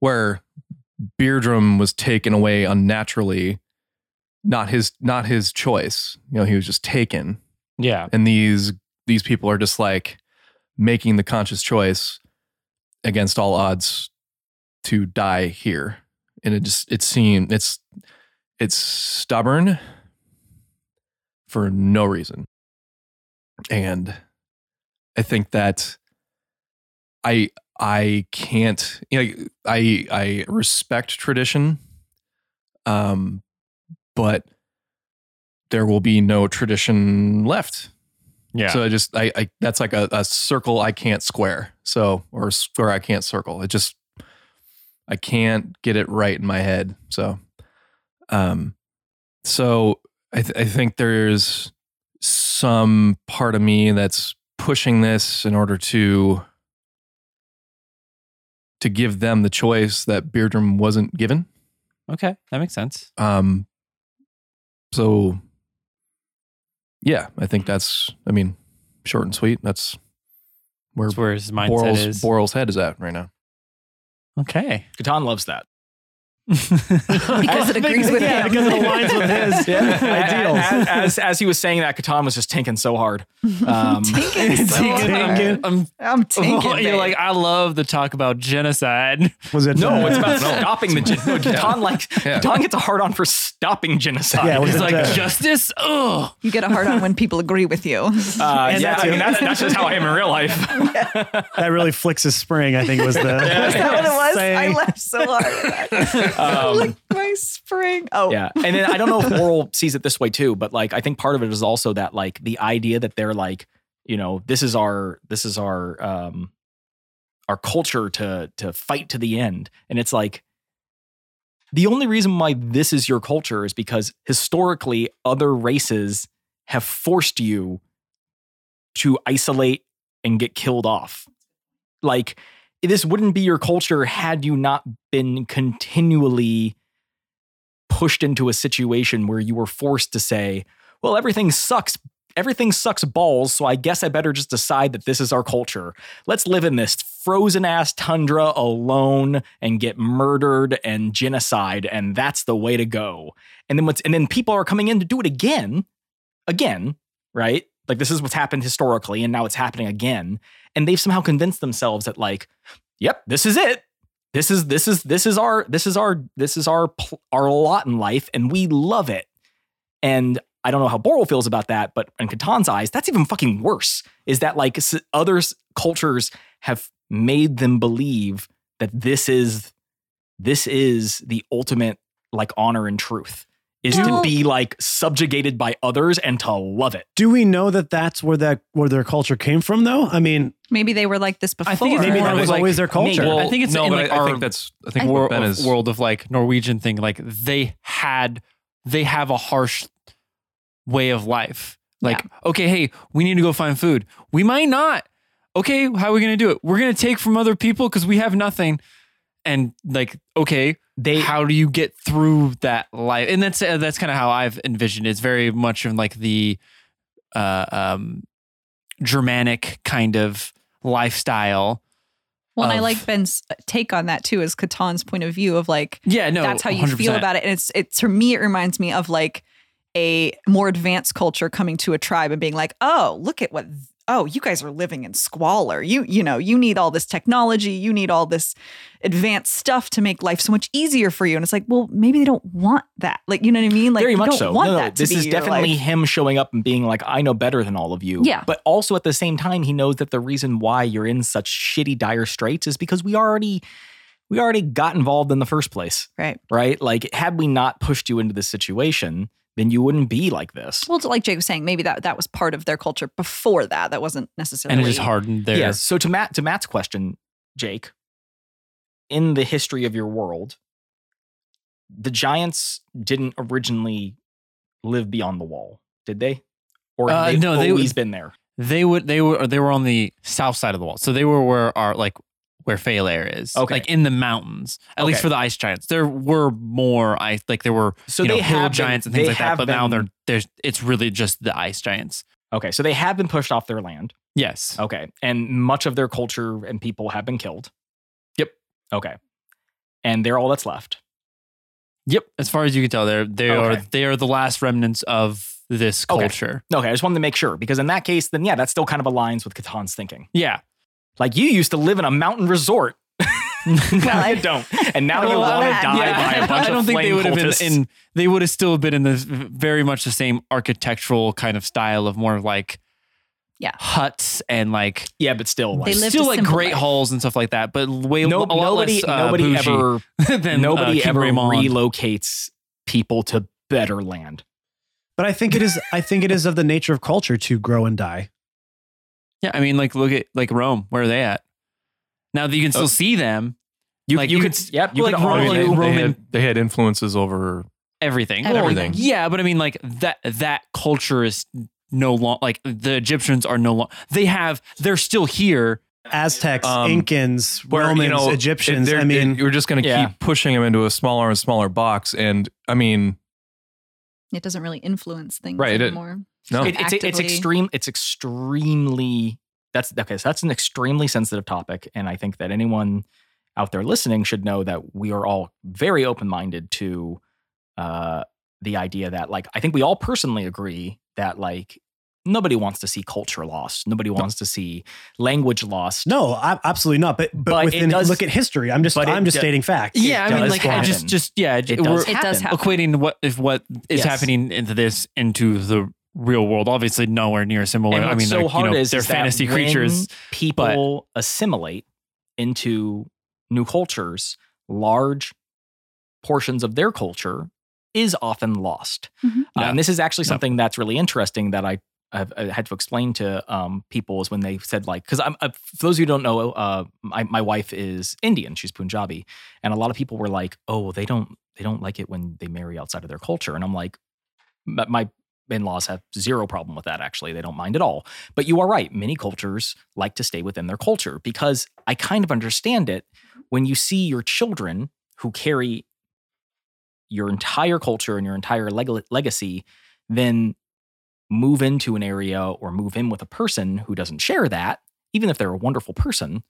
Speaker 6: where beardrum was taken away unnaturally not his not his choice you know he was just taken
Speaker 5: Yeah,
Speaker 6: and these these people are just like making the conscious choice against all odds to die here and it just it seems it's it's stubborn for no reason and i think that i i can't you know i i respect tradition um but there will be no tradition left
Speaker 5: yeah.
Speaker 6: so I just I, I that's like a, a circle I can't square. So or a square I can't circle. It just I can't get it right in my head. So um so I th- I think there's some part of me that's pushing this in order to to give them the choice that Beardrum wasn't given.
Speaker 5: okay, that makes sense.
Speaker 6: Um so yeah, I think that's I mean, short and sweet. That's where
Speaker 5: That's where his mindset
Speaker 6: Boral's,
Speaker 5: is.
Speaker 6: Boral's head is at right now.
Speaker 5: okay,
Speaker 4: Catan loves that.
Speaker 5: because
Speaker 3: it agrees with
Speaker 5: yeah,
Speaker 3: him.
Speaker 5: Because it aligns with his ideals.
Speaker 4: As, as, as he was saying that, Catan was just tinking so hard. Um,
Speaker 3: Tinkin' so
Speaker 5: Tinkin',
Speaker 3: hard.
Speaker 5: tinkin'. I'm
Speaker 3: I'm tinkin'.
Speaker 5: Well, you're
Speaker 3: babe.
Speaker 5: like, I love the talk about genocide.
Speaker 1: Was it?
Speaker 4: No,
Speaker 1: uh,
Speaker 4: it's about stopping the gen- no, Catan like
Speaker 6: Yeah.
Speaker 4: Catan gets a hard on for stopping genocide.
Speaker 1: Yeah, it was
Speaker 5: It's
Speaker 1: But,
Speaker 5: like
Speaker 1: uh,
Speaker 5: justice. Ugh.
Speaker 3: you get a hard on when people agree with you.
Speaker 4: Uh,
Speaker 1: And
Speaker 4: yeah,
Speaker 1: that
Speaker 4: I
Speaker 1: too.
Speaker 4: mean that's, that's just how I am in real life.
Speaker 1: that really flicks his spring. I think was the.
Speaker 3: Is that what it was? I
Speaker 1: saying.
Speaker 3: laughed so hard. at that.
Speaker 4: Um,
Speaker 3: Lick my spring. Oh,
Speaker 4: yeah, and then I don't know if Oral sees it this way too, but like I think part of it is also that like the idea that they're like, you know, this is our this is our um our culture to to fight to the end, and it's like the only reason why this is your culture is because historically other races have forced you to isolate and get killed off. Like this wouldn't be your culture had you not been continually pushed into a situation where you were forced to say, well, everything sucks. Everything sucks balls, so I guess I better just decide that this is our culture. Let's live in this frozen ass tundra alone and get murdered and genocide, and that's the way to go. And then what's and then people are coming in to do it again, again, right? Like this is what's happened historically, and now it's happening again. And they've somehow convinced themselves that like, yep, this is it. This is this is this is our this is our this is our pl- our lot in life, and we love it. And I don't know how Boral feels about that, but in Katan's eyes, that's even fucking worse. Is that like s- other s- cultures have made them believe that this is this is the ultimate like honor and truth is to
Speaker 3: Well-
Speaker 4: be like subjugated by others and to love it.
Speaker 1: Do we know that that's where that where their culture came from, though? I mean,
Speaker 3: Maybe they were like this before.
Speaker 5: I think it's
Speaker 1: maybe
Speaker 5: more
Speaker 1: that
Speaker 5: of
Speaker 1: was
Speaker 5: like-
Speaker 1: always their
Speaker 5: maybe-
Speaker 1: culture.
Speaker 5: Well, I think it's
Speaker 6: no,
Speaker 5: in,
Speaker 6: but
Speaker 5: like,
Speaker 6: I, I
Speaker 5: our-
Speaker 6: think that's I think
Speaker 3: I-
Speaker 6: what
Speaker 5: world,
Speaker 6: Ben is
Speaker 5: world of like Norwegian thing. Like they had, they have a harsh way of life. Like, okay, hey, we need to go find food. We might not. Okay, how are we going to do it? We're going to take from other people because we have nothing. And like, okay,
Speaker 4: They
Speaker 5: how do you get through that life? And that's uh, that's kind of how I've envisioned. it. It's very much in like the uh, um, Germanic kind of lifestyle.
Speaker 3: Well, and I
Speaker 5: of-
Speaker 3: like Ben's take on that too, is Katan's point of view of like
Speaker 5: Yeah, no,
Speaker 3: that's how you feel
Speaker 5: 100%.
Speaker 3: about it, and it's it to me it reminds me of like a more advanced culture coming to a tribe and being like, oh, look at what oh you guys are living in squalor. You you know you need all this technology, you need all this advanced stuff to make life so much easier for you, and it's like, well, maybe they don't want that. Like you know what I mean? Like
Speaker 4: very
Speaker 3: you
Speaker 4: much
Speaker 3: don't
Speaker 4: so.
Speaker 3: want
Speaker 4: No, no,
Speaker 3: that. To
Speaker 4: this
Speaker 3: be
Speaker 4: is
Speaker 3: your
Speaker 4: definitely
Speaker 3: life.
Speaker 4: him showing up and being like, "I know better than all of you."
Speaker 3: Yeah.
Speaker 4: But also at the same time, he knows that the reason why you're in such shitty, dire straits is because we already, we already got involved in the first place,
Speaker 3: right.
Speaker 4: right? Like, had we not pushed you into this situation, then you wouldn't be like this.
Speaker 3: Well, like Jake was saying, maybe that that was part of their culture before that. That wasn't necessarily
Speaker 5: and it just hardened their
Speaker 4: Yes. So to Matt to Matt's question, Jake, in the history of your world, the Giants didn't originally live beyond the wall, did they? Or
Speaker 5: Uh,
Speaker 4: have they
Speaker 5: no, they-
Speaker 4: always been there.
Speaker 5: They would they were they were on the south side of the wall. So they were where our like where Falair is.
Speaker 4: Okay.
Speaker 5: Like in the mountains. At least
Speaker 4: Okay.
Speaker 5: for the ice giants. There were more ice like there were
Speaker 4: So
Speaker 5: you
Speaker 4: they
Speaker 5: know, hill
Speaker 4: have
Speaker 5: giants
Speaker 4: been,
Speaker 5: and things
Speaker 4: they
Speaker 5: like that.
Speaker 4: have
Speaker 5: But now
Speaker 4: been-
Speaker 5: they're there's it's really just the ice giants.
Speaker 4: okay. So they have been pushed off their land.
Speaker 5: Yes.
Speaker 4: Okay, and much of their culture and people have been killed.
Speaker 5: Yep.
Speaker 4: Okay, and they're all that's left.
Speaker 5: Yep. As far as you can tell, they're they
Speaker 4: Okay.
Speaker 5: are they are the last remnants of this
Speaker 4: Okay.
Speaker 5: culture.
Speaker 4: Okay, I just wanted to make sure because in that case, then yeah, that still kind of aligns with Katan's thinking.
Speaker 5: Yeah.
Speaker 4: Like you used to live in a mountain resort. now you don't, and now you
Speaker 3: Well,
Speaker 4: want to
Speaker 3: I-
Speaker 4: die
Speaker 3: yeah,
Speaker 4: by a bunch
Speaker 5: I don't
Speaker 4: of
Speaker 5: think
Speaker 4: flame
Speaker 5: they would have
Speaker 4: cultists.
Speaker 5: been in. They would have still been in this very much the same architectural kind of style of more like,
Speaker 3: Yeah.
Speaker 5: huts and like
Speaker 4: yeah, but still, like,
Speaker 3: They lived
Speaker 5: still
Speaker 3: a
Speaker 5: like
Speaker 3: simple
Speaker 5: great
Speaker 3: life.
Speaker 5: halls and stuff like that, but way
Speaker 4: no,
Speaker 5: a lot
Speaker 4: nobody,
Speaker 5: less, uh,
Speaker 4: nobody
Speaker 5: bougie
Speaker 4: ever,
Speaker 5: than
Speaker 4: nobody
Speaker 5: uh, King
Speaker 4: ever
Speaker 5: Raymond.
Speaker 4: relocates people to better land.
Speaker 1: but I think it is. I think it is of the nature of culture to grow and die.
Speaker 5: Yeah, I mean, like look at like Rome. Where are they at? Now that you can still see them,
Speaker 4: Oh. You,
Speaker 5: Like,
Speaker 4: you,
Speaker 5: you-
Speaker 4: could, yep, you
Speaker 5: like
Speaker 4: could
Speaker 5: Roman-
Speaker 6: I mean,
Speaker 4: argue-
Speaker 6: they,
Speaker 5: Roman-
Speaker 6: They, had, they had influences over
Speaker 5: everything.
Speaker 3: Well,
Speaker 6: everything.
Speaker 5: Yeah, but I mean, like that that culture is no long like the Egyptians are no long. They have they're still here.
Speaker 1: Aztecs,
Speaker 6: Um,
Speaker 1: Incans, Romans, Egyptians.
Speaker 6: they're-
Speaker 1: I mean,
Speaker 6: you're just going to
Speaker 4: Yeah.
Speaker 6: keep pushing them into a smaller and smaller box. And I mean,
Speaker 3: it doesn't really influence things
Speaker 6: Right, it-
Speaker 3: anymore.
Speaker 5: Oh.
Speaker 6: no,
Speaker 4: It- it's, it's
Speaker 3: actively-
Speaker 4: extreme. It's extremely. That's okay. So that's an extremely sensitive topic, and I think that anyone out there listening should know that we are all very open minded to uh, the idea that, like, I think we all personally agree that, like, nobody wants to see culture lost. Nobody wants to see language lost.
Speaker 1: no, ab- absolutely not. But but,
Speaker 4: But it
Speaker 1: within
Speaker 4: does-
Speaker 1: look at history. I'm just
Speaker 4: but it
Speaker 1: I'm just
Speaker 4: do-
Speaker 1: stating facts.
Speaker 5: Yeah, I mean,
Speaker 4: does
Speaker 5: like I
Speaker 4: happen.
Speaker 5: just just yeah,
Speaker 4: It
Speaker 5: we're-
Speaker 4: does.
Speaker 3: It does happen.
Speaker 5: equating what if what
Speaker 4: Yes.
Speaker 5: is happening into this into the real world. Obviously, nowhere near similar.
Speaker 4: And
Speaker 5: Oh, I
Speaker 4: what's
Speaker 5: mean,
Speaker 4: so
Speaker 5: like,
Speaker 4: hard
Speaker 5: you know,
Speaker 4: is
Speaker 5: they're
Speaker 4: is that
Speaker 5: fantasy
Speaker 4: when
Speaker 5: creatures.
Speaker 4: People assimilate into new cultures. Large portions of their culture is often lost,
Speaker 3: Mhm.
Speaker 4: Uh, and this is actually
Speaker 5: Yeah.
Speaker 4: something that's really interesting that I. I've, I had to explain to um, people is when they said like because I'm uh, for those who don't know uh, my my wife is Indian she's Punjabi and a lot of people were like oh well, they don't they don't like it when they marry outside of their culture and I'm like my- my in-laws have zero problem with that actually they don't mind at all but you are right many cultures like to stay within their culture because i kind of understand it when you see your children who carry your entire culture and your entire leg- legacy then move into an area or move in with a person who doesn't share that even if they're a wonderful person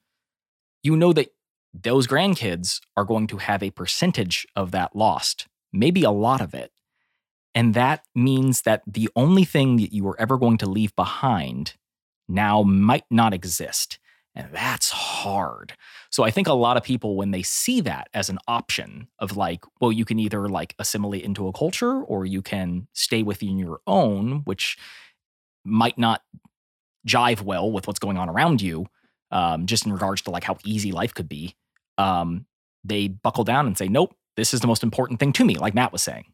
Speaker 4: you know that those grandkids are going to have a percentage of that lost maybe a lot of it and that means that the only thing that you were ever going to leave behind now might not exist. And that's hard. So I think a lot of people, when they see that as an option of like, well, you can either like assimilate into a culture or you can stay within your own, which might not jive well with what's going on around you, um, just in regards to like how easy life could be. Um, they buckle down and say, nope, this is the most important thing to me, like Matt was saying.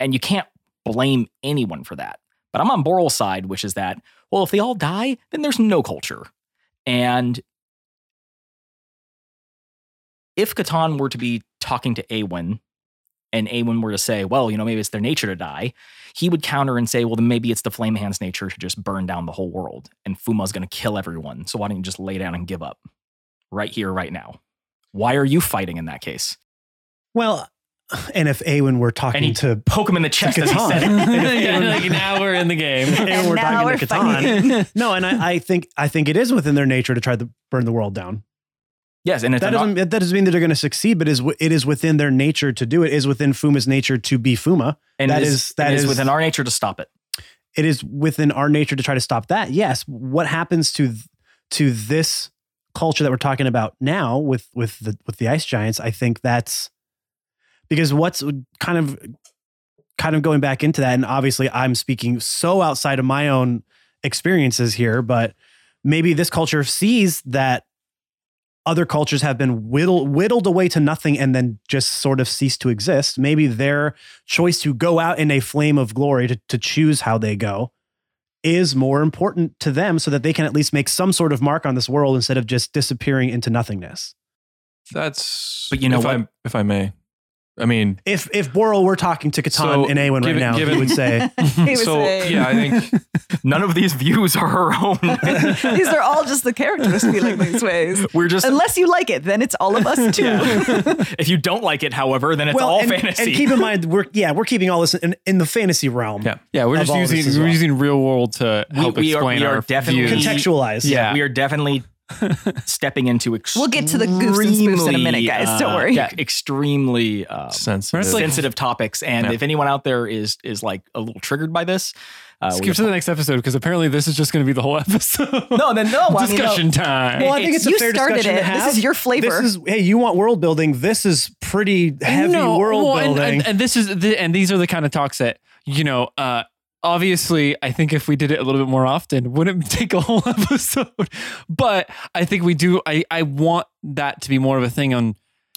Speaker 4: And you can't blame anyone for that. But I'm on Boral's side, which is that, well, if they all die, then there's no culture. And if Catan were to be talking to Awen, and Awen were to say, well, you know, maybe it's their nature to die, he would counter and say, well, then maybe it's the Flame Hand's nature to just burn down the whole world. And Fuma's going to kill everyone. So why don't you just lay down and give up right here, right now? Why are you fighting in that case?
Speaker 1: Well, and if Awen were
Speaker 4: And he-
Speaker 1: talking to
Speaker 4: Poke him in the chest as he said it.
Speaker 5: yeah, like now we're in the game.
Speaker 3: And
Speaker 1: and we're
Speaker 3: now
Speaker 1: talking
Speaker 3: we're
Speaker 1: to Catan. no, and I, I think I think it is within their nature to try to burn the world down.
Speaker 4: Yes, and it's
Speaker 1: That
Speaker 4: an op-
Speaker 1: doesn't that doesn't mean that they're going to succeed, but is w- it is within their nature to do it. It Is within Fuma's nature to be Fuma.
Speaker 4: and
Speaker 1: that
Speaker 4: it
Speaker 1: is- that
Speaker 4: it is
Speaker 1: is-
Speaker 4: within our nature to stop it.
Speaker 1: It is within our nature to try to stop that. Yes, what happens to th- to this culture that we're talking about now with with the with the ice giants? I think that's because what's kind of kind of going back into that, and obviously I'm speaking so outside of my own experiences here, but maybe this culture sees that other cultures have been whittled, whittled away to nothing and then just sort of cease to exist. Maybe their choice to go out in a flame of glory to, to choose how they go is more important to them so that they can at least make some sort of mark on this world instead of just disappearing into nothingness.
Speaker 6: That's
Speaker 4: But you know
Speaker 6: if I
Speaker 4: what?
Speaker 6: if I may, I mean,
Speaker 1: If if Boral were talking to Catan
Speaker 6: So,
Speaker 1: and Awen right
Speaker 6: given-
Speaker 1: now, he
Speaker 6: given-
Speaker 1: would say,
Speaker 3: He was
Speaker 6: so
Speaker 3: saying-
Speaker 6: yeah, I think
Speaker 4: None of these views are her
Speaker 1: Oh,
Speaker 4: own.
Speaker 3: These are all just the characters feeling these ways.
Speaker 4: We're just
Speaker 3: Unless you like it, then it's all of us too.
Speaker 4: if you don't like it, however, then it's all
Speaker 1: and,
Speaker 4: fantasy.
Speaker 1: And keep in mind, we're yeah, we're keeping all this in, in the fantasy realm.
Speaker 6: Yeah.
Speaker 5: Yeah, we're
Speaker 1: Of
Speaker 5: just
Speaker 1: all this
Speaker 5: using
Speaker 1: as
Speaker 5: we're
Speaker 1: well.
Speaker 5: using real world to
Speaker 4: We-
Speaker 5: help
Speaker 4: we are-
Speaker 5: explain
Speaker 4: we are
Speaker 5: our
Speaker 4: definitely-
Speaker 5: views.
Speaker 1: Contextualized.
Speaker 5: Yeah.
Speaker 4: we are definitely stepping into extremely.
Speaker 3: We'll get to the goofs and spoofs in a minute, guys. Don't
Speaker 4: uh,
Speaker 3: worry.
Speaker 4: yeah, extremely um,
Speaker 6: sensitive.
Speaker 4: sensitive topics, and
Speaker 6: Yeah.
Speaker 4: if anyone out there is is like a little triggered by this, uh, we-
Speaker 5: Skip to the next episode because apparently this is just going to be the whole episode.
Speaker 4: no, then no I mean, no.
Speaker 5: discussion time.
Speaker 1: Well, I think it's a
Speaker 3: You
Speaker 1: fair
Speaker 3: started
Speaker 1: discussion
Speaker 3: it.
Speaker 1: to have.
Speaker 3: This is your flavor.
Speaker 1: This is hey, you want world building. This is pretty heavy
Speaker 5: No,
Speaker 1: world
Speaker 5: well, and-
Speaker 1: building.
Speaker 5: And, and this is the, and these are the kind of talks that you know. uh Obviously, I think if we did it a little bit more often, wouldn't take a whole episode. But I think we do. I I want that to be more of a thing on.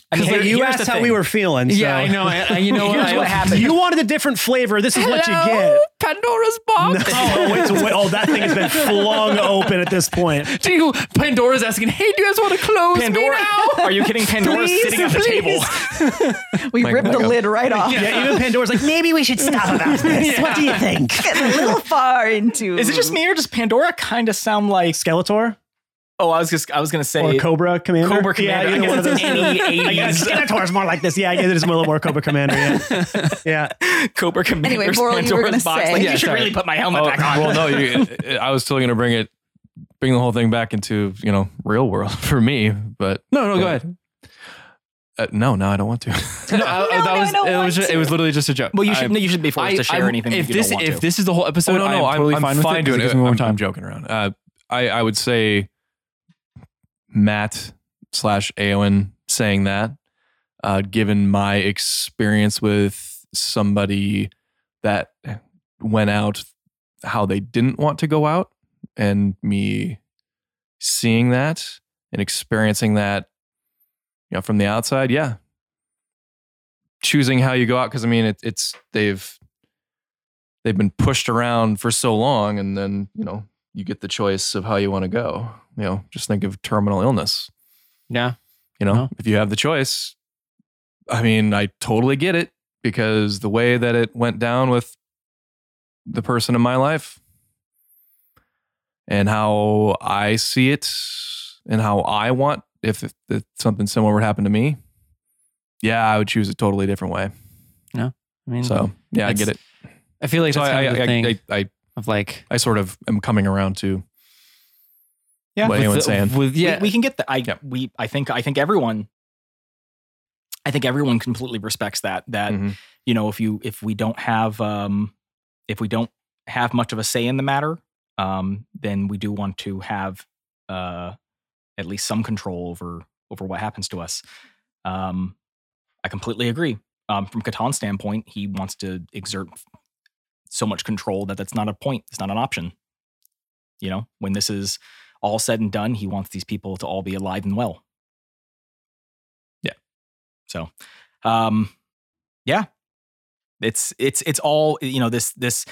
Speaker 4: I mean,
Speaker 1: Hey,
Speaker 4: here-
Speaker 1: you
Speaker 4: here's
Speaker 1: asked
Speaker 4: the
Speaker 1: how
Speaker 4: thing.
Speaker 1: we were feeling. So.
Speaker 5: Yeah, I know. I, I, you know
Speaker 4: Here's
Speaker 5: I-
Speaker 4: what happened.
Speaker 1: You wanted a different flavor. This is what you
Speaker 5: Hello,
Speaker 1: get.
Speaker 5: Pandora's box.
Speaker 1: Oh, wait, so wait, oh, that thing has been flung open at this point.
Speaker 5: Do Pandora's asking, "Hey, do you guys want to close me
Speaker 4: Pandora,
Speaker 5: now?"
Speaker 4: are you kidding? Pandora's
Speaker 5: Please,
Speaker 4: sitting at the
Speaker 5: please.
Speaker 4: table.
Speaker 3: we ripped the
Speaker 6: God.
Speaker 3: lid right off.
Speaker 1: Yeah, even Pandora's like, maybe we should stop about this. What do you think?
Speaker 3: Getting a little far into.
Speaker 4: Is it just me or does Pandora kind of sound like?
Speaker 1: Skeletor
Speaker 4: Oh, I was just I was gonna say
Speaker 1: or Cobra Commander?
Speaker 4: Cobra
Speaker 1: Yeah, either
Speaker 4: Commander.
Speaker 1: one
Speaker 4: I
Speaker 1: of those.
Speaker 4: guess it's any
Speaker 1: I guess
Speaker 4: 80s.
Speaker 1: Skeletor is more like this. Yeah, I guess it is a little more Cobra Commander. Yeah. yeah.
Speaker 4: Cobra Commander.
Speaker 3: Anyway, Boral, you were gonna say-
Speaker 4: Like,
Speaker 5: Yeah,
Speaker 4: you should
Speaker 5: sorry.
Speaker 4: really put my helmet
Speaker 6: Oh,
Speaker 4: back on.
Speaker 6: well, no, you, I was still gonna bring it, bring the whole thing back into you know real world for me. But
Speaker 5: No, no,
Speaker 6: go
Speaker 5: go
Speaker 6: ahead.
Speaker 5: ahead.
Speaker 6: uh, no, no, I don't want to.
Speaker 5: No, I-
Speaker 3: No,
Speaker 5: that
Speaker 3: no,
Speaker 5: was
Speaker 3: I don't
Speaker 5: it
Speaker 3: want
Speaker 5: was just,
Speaker 3: to.
Speaker 5: it was literally just a joke.
Speaker 4: Well, you should
Speaker 5: I'm-
Speaker 4: no, you should be forced to share
Speaker 5: I'm-
Speaker 4: anything if
Speaker 5: If
Speaker 4: you
Speaker 5: this
Speaker 4: don't want
Speaker 5: if
Speaker 4: to.
Speaker 5: this is the whole episode,
Speaker 6: Oh, no, no,
Speaker 5: I'm totally fine, with it
Speaker 6: doing
Speaker 5: because it. Gives me more
Speaker 6: I'm,
Speaker 5: time.
Speaker 6: I'm joking around. Uh, I I would say Matt slash Aowen saying that, uh, given my experience with somebody that went out how they didn't want to go out, and me seeing that and experiencing that, you know, from the outside, yeah. Choosing how you go out because I mean it, it's they've they've been pushed around for so long and then you know you get the choice of how you want to go you know just think of terminal illness
Speaker 5: Yeah.
Speaker 6: you know
Speaker 5: Yeah.
Speaker 6: if you have the choice i mean i totally get it because the way that it went down with the person in my life and how I see it and how I want if, if, if something similar would happen to me, yeah, I would choose a totally different way.
Speaker 2: I mean,
Speaker 6: So yeah, I
Speaker 2: Mm-hmm. That's-
Speaker 6: get it.
Speaker 2: I feel like
Speaker 6: So
Speaker 2: that's
Speaker 6: I,
Speaker 2: kind
Speaker 6: I,
Speaker 2: of the
Speaker 6: I,
Speaker 2: thing
Speaker 6: I, I,
Speaker 2: of like
Speaker 6: I sort of am coming around to
Speaker 4: Yeah.
Speaker 6: what
Speaker 2: with
Speaker 6: anyone's
Speaker 2: the-
Speaker 6: saying.
Speaker 2: with- yeah,
Speaker 4: we, we can get the I we I think I think everyone I think everyone completely respects that that
Speaker 6: Mhm.
Speaker 4: you know if you if we don't have um if we don't have much of a say in the matter um then we do want to have uh at least some control over over what happens to us um I completely agree um from Katan's standpoint he wants to exert so much control that that's not a point it's not an option you know when this is all said and done, he wants these people to all be alive and well. Yeah. So, um, yeah, it's it's it's all you know. This this.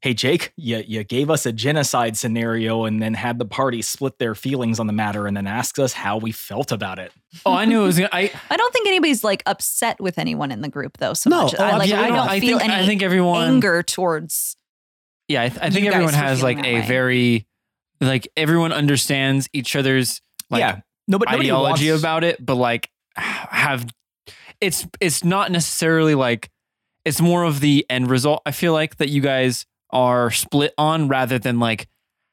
Speaker 4: Hey Jake, you you gave us a genocide scenario and then had the party split their feelings on the matter and then asked us how we felt about it.
Speaker 5: Oh, I knew it was gonna. I
Speaker 3: I don't think anybody's like upset with anyone in the group though. So
Speaker 1: No,
Speaker 3: much.
Speaker 1: oh,
Speaker 3: I, like,
Speaker 5: yeah,
Speaker 3: I don't
Speaker 5: I
Speaker 3: feel
Speaker 5: think,
Speaker 3: any
Speaker 5: I think everyone.
Speaker 3: anger towards.
Speaker 5: Yeah, I, th- I think
Speaker 3: you guys
Speaker 5: everyone
Speaker 3: for
Speaker 5: has
Speaker 3: feeling
Speaker 5: like
Speaker 3: that
Speaker 5: a
Speaker 3: way.
Speaker 5: very like everyone understands each other's like
Speaker 4: yeah, nobody, nobody
Speaker 5: ideology
Speaker 4: wants-
Speaker 5: about it, but like have it's it's not necessarily like it's more of the end result. I feel like that you guys are split on rather than like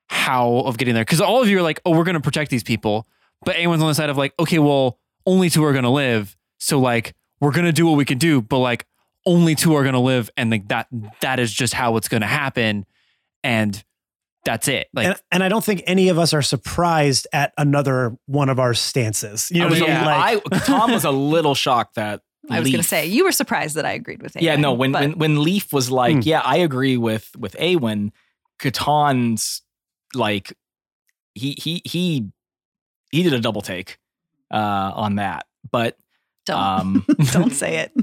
Speaker 5: how of getting there because all of you are like, oh, we're gonna protect these people, but anyone's on the side of like, okay, well, only two are gonna live, so like we're gonna do what we can do, but like only two are gonna live, and like that that is just how it's gonna happen, and that's it. Like
Speaker 1: and, and I don't think any of us are surprised at another one of our stances. You know
Speaker 4: I was
Speaker 1: what I mean?
Speaker 4: a,
Speaker 1: Like,
Speaker 4: I, Tom was a little shocked that
Speaker 3: I was going
Speaker 4: Leaf-
Speaker 3: to say you were surprised that I agreed with.
Speaker 4: Yeah,
Speaker 3: Aiden,
Speaker 4: no. When,
Speaker 3: but
Speaker 4: when when Leaf was like,
Speaker 1: Hmm.
Speaker 4: "Yeah, I agree with with Awen," Katan's like, he he he he did a double take uh, on that. But
Speaker 3: don't
Speaker 4: um,
Speaker 3: don't say it.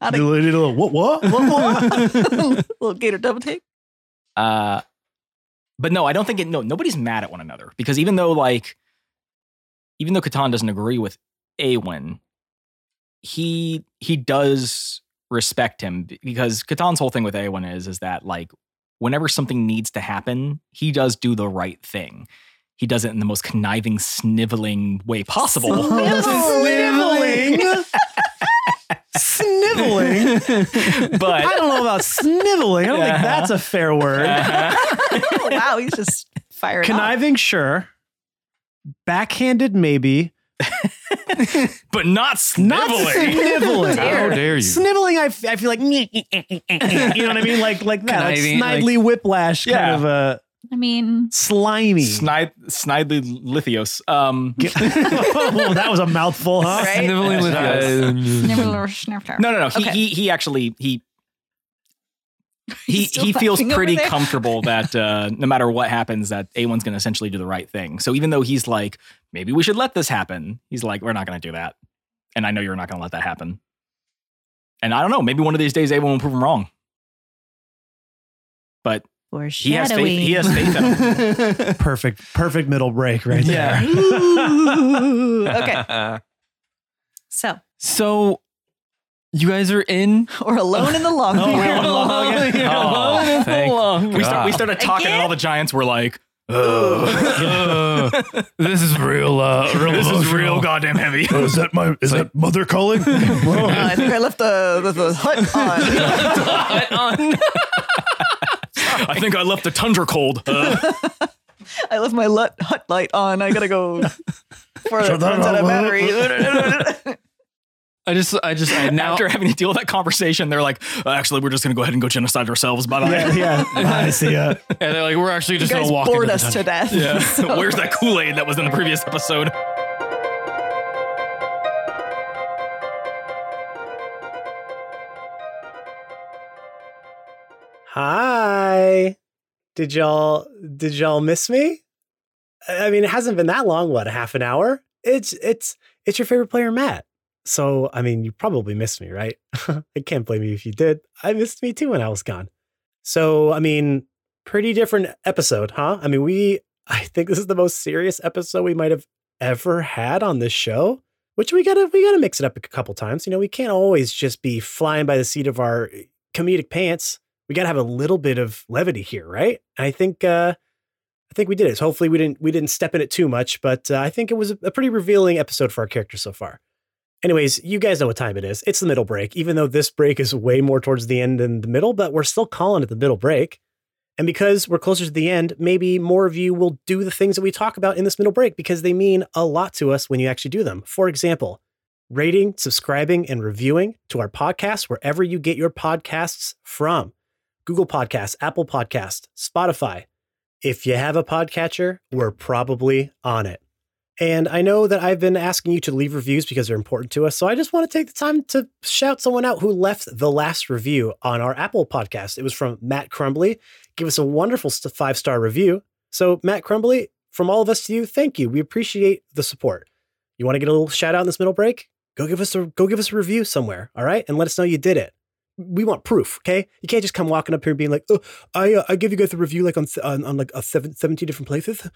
Speaker 3: Not a
Speaker 1: Little- little- what, what, what, what?
Speaker 3: little gator double take.
Speaker 4: uh, but no, I don't think it. No, nobody's mad at one another because even though like, even though Katan doesn't agree with Awen, he he does respect him b- because Katan's whole thing with Awen is is that like whenever something needs to happen, he does do the right thing. He does it in the most conniving, sniveling way possible.
Speaker 1: Sniveling. Sniveling.
Speaker 4: but
Speaker 1: I don't know about sniveling. I don't think
Speaker 4: Uh-huh.
Speaker 1: that's a fair word.
Speaker 4: uh,
Speaker 3: Oh, wow, he's just fired. up.
Speaker 1: Conniving, sure. Backhanded, maybe.
Speaker 4: but not
Speaker 1: Not
Speaker 4: sniveling.
Speaker 1: sniveling.
Speaker 6: How dare you?
Speaker 1: Sniveling, I, f- I feel like, you know what I mean? Like, like that. Like
Speaker 5: Conniving,
Speaker 1: snidely whiplash kind
Speaker 4: Yeah.
Speaker 1: of a
Speaker 3: I mean,
Speaker 1: slimy.
Speaker 4: Snide, snidely lithios. Um,
Speaker 1: oh, that was a mouthful, huh?
Speaker 3: Right.
Speaker 5: Sniveling with
Speaker 3: never little snapper.
Speaker 4: No, no, no. He
Speaker 3: Okay.
Speaker 4: he, he actually he he
Speaker 3: He's still
Speaker 4: he feels
Speaker 3: laughing over
Speaker 4: pretty
Speaker 3: there.
Speaker 4: comfortable that uh, no matter what happens, that A1's going to essentially do the right thing. So even though he's like, maybe we should let this happen, he's like, we're not going to do that, and I know you're not going to let that happen. And I don't know. Maybe one of these days, A1 will prove him wrong. But he has faith. He has faith. In him.
Speaker 1: Perfect, perfect middle break right there.
Speaker 3: Ooh. okay, so
Speaker 5: So you guys are in
Speaker 3: or alone in the long
Speaker 1: Oh,
Speaker 3: hair.
Speaker 1: we're alone.
Speaker 4: Oh,
Speaker 6: thank
Speaker 4: we start. We
Speaker 6: God.
Speaker 4: started talking, and all the giants were like, "Ugh,
Speaker 6: this is real. Uh, real
Speaker 4: "This is real goddamn heavy."
Speaker 1: is that my is that mother calling?
Speaker 3: Uh, I think I left the, the, the hut on. um,
Speaker 4: I think I left the tundra cold. Uh.
Speaker 3: I left my lut, hut light on. I gotta go before it
Speaker 1: Shut
Speaker 3: runs
Speaker 1: that
Speaker 3: out of
Speaker 1: up.
Speaker 3: battery.
Speaker 5: I just, I just, I now,
Speaker 4: After having to deal with that conversation, they're like, "Uh, "Actually, we're just going to go ahead and go genocide ourselves." Bye bye.
Speaker 1: yeah, yeah. uh, I see ya.
Speaker 5: and they're like, we're actually
Speaker 3: You
Speaker 5: just
Speaker 3: guys
Speaker 5: gonna walk
Speaker 3: bored
Speaker 5: into
Speaker 3: us
Speaker 5: the
Speaker 3: to
Speaker 5: dungeon.
Speaker 3: death.
Speaker 4: Where's that Kool Aid that was in the previous episode?
Speaker 1: Hi. Did y'all did y'all miss me? I I mean, it hasn't been that long, what, half an hour? It's it's it's your favorite player, Matt. So, I mean, you probably missed me, right? I can't blame you if you did. I missed me too when I was gone. So, I mean, pretty different episode, huh? I mean, we I think this is the most serious episode we might have ever had on this show, which we got to we got to mix it up a couple times. You know, we can't always just be flying by the seat of our comedic pants
Speaker 7: we got to have a little bit of levity here, right? And I think uh, I think we did it. So hopefully we didn't we didn't step in it too much, but uh, I think it was a, a pretty revealing episode for our characters so far. Anyways, you guys know what time it is. It's the middle break, even though this break is way more towards the end than the middle, but we're still calling it the middle break. And because we're closer to the end, maybe more of you will do the things that we talk about in this middle break because they mean a lot to us when you actually do them. For example, rating, subscribing, and reviewing to our podcast wherever you get your podcasts from Google Podcasts, Apple Podcasts, Spotify. If you have a podcatcher, we're probably on it. And I know that I've been asking you to leave reviews because they're important to us. So I just want to take the time to shout someone out who left the last review on our Apple podcast. It was from Matt Crumbly. Give us a wonderful five star review. So, Matt Crumbly, from all of us to you, thank you. We appreciate the support. You want to get a little shout out in this middle break? Go give us a go give us a review somewhere, all right? And let us know you did it. We want proof, okay? You can't just come walking up here being like, "Oh, I uh, I give you guys a review like on on, on like a seven, 70 different places."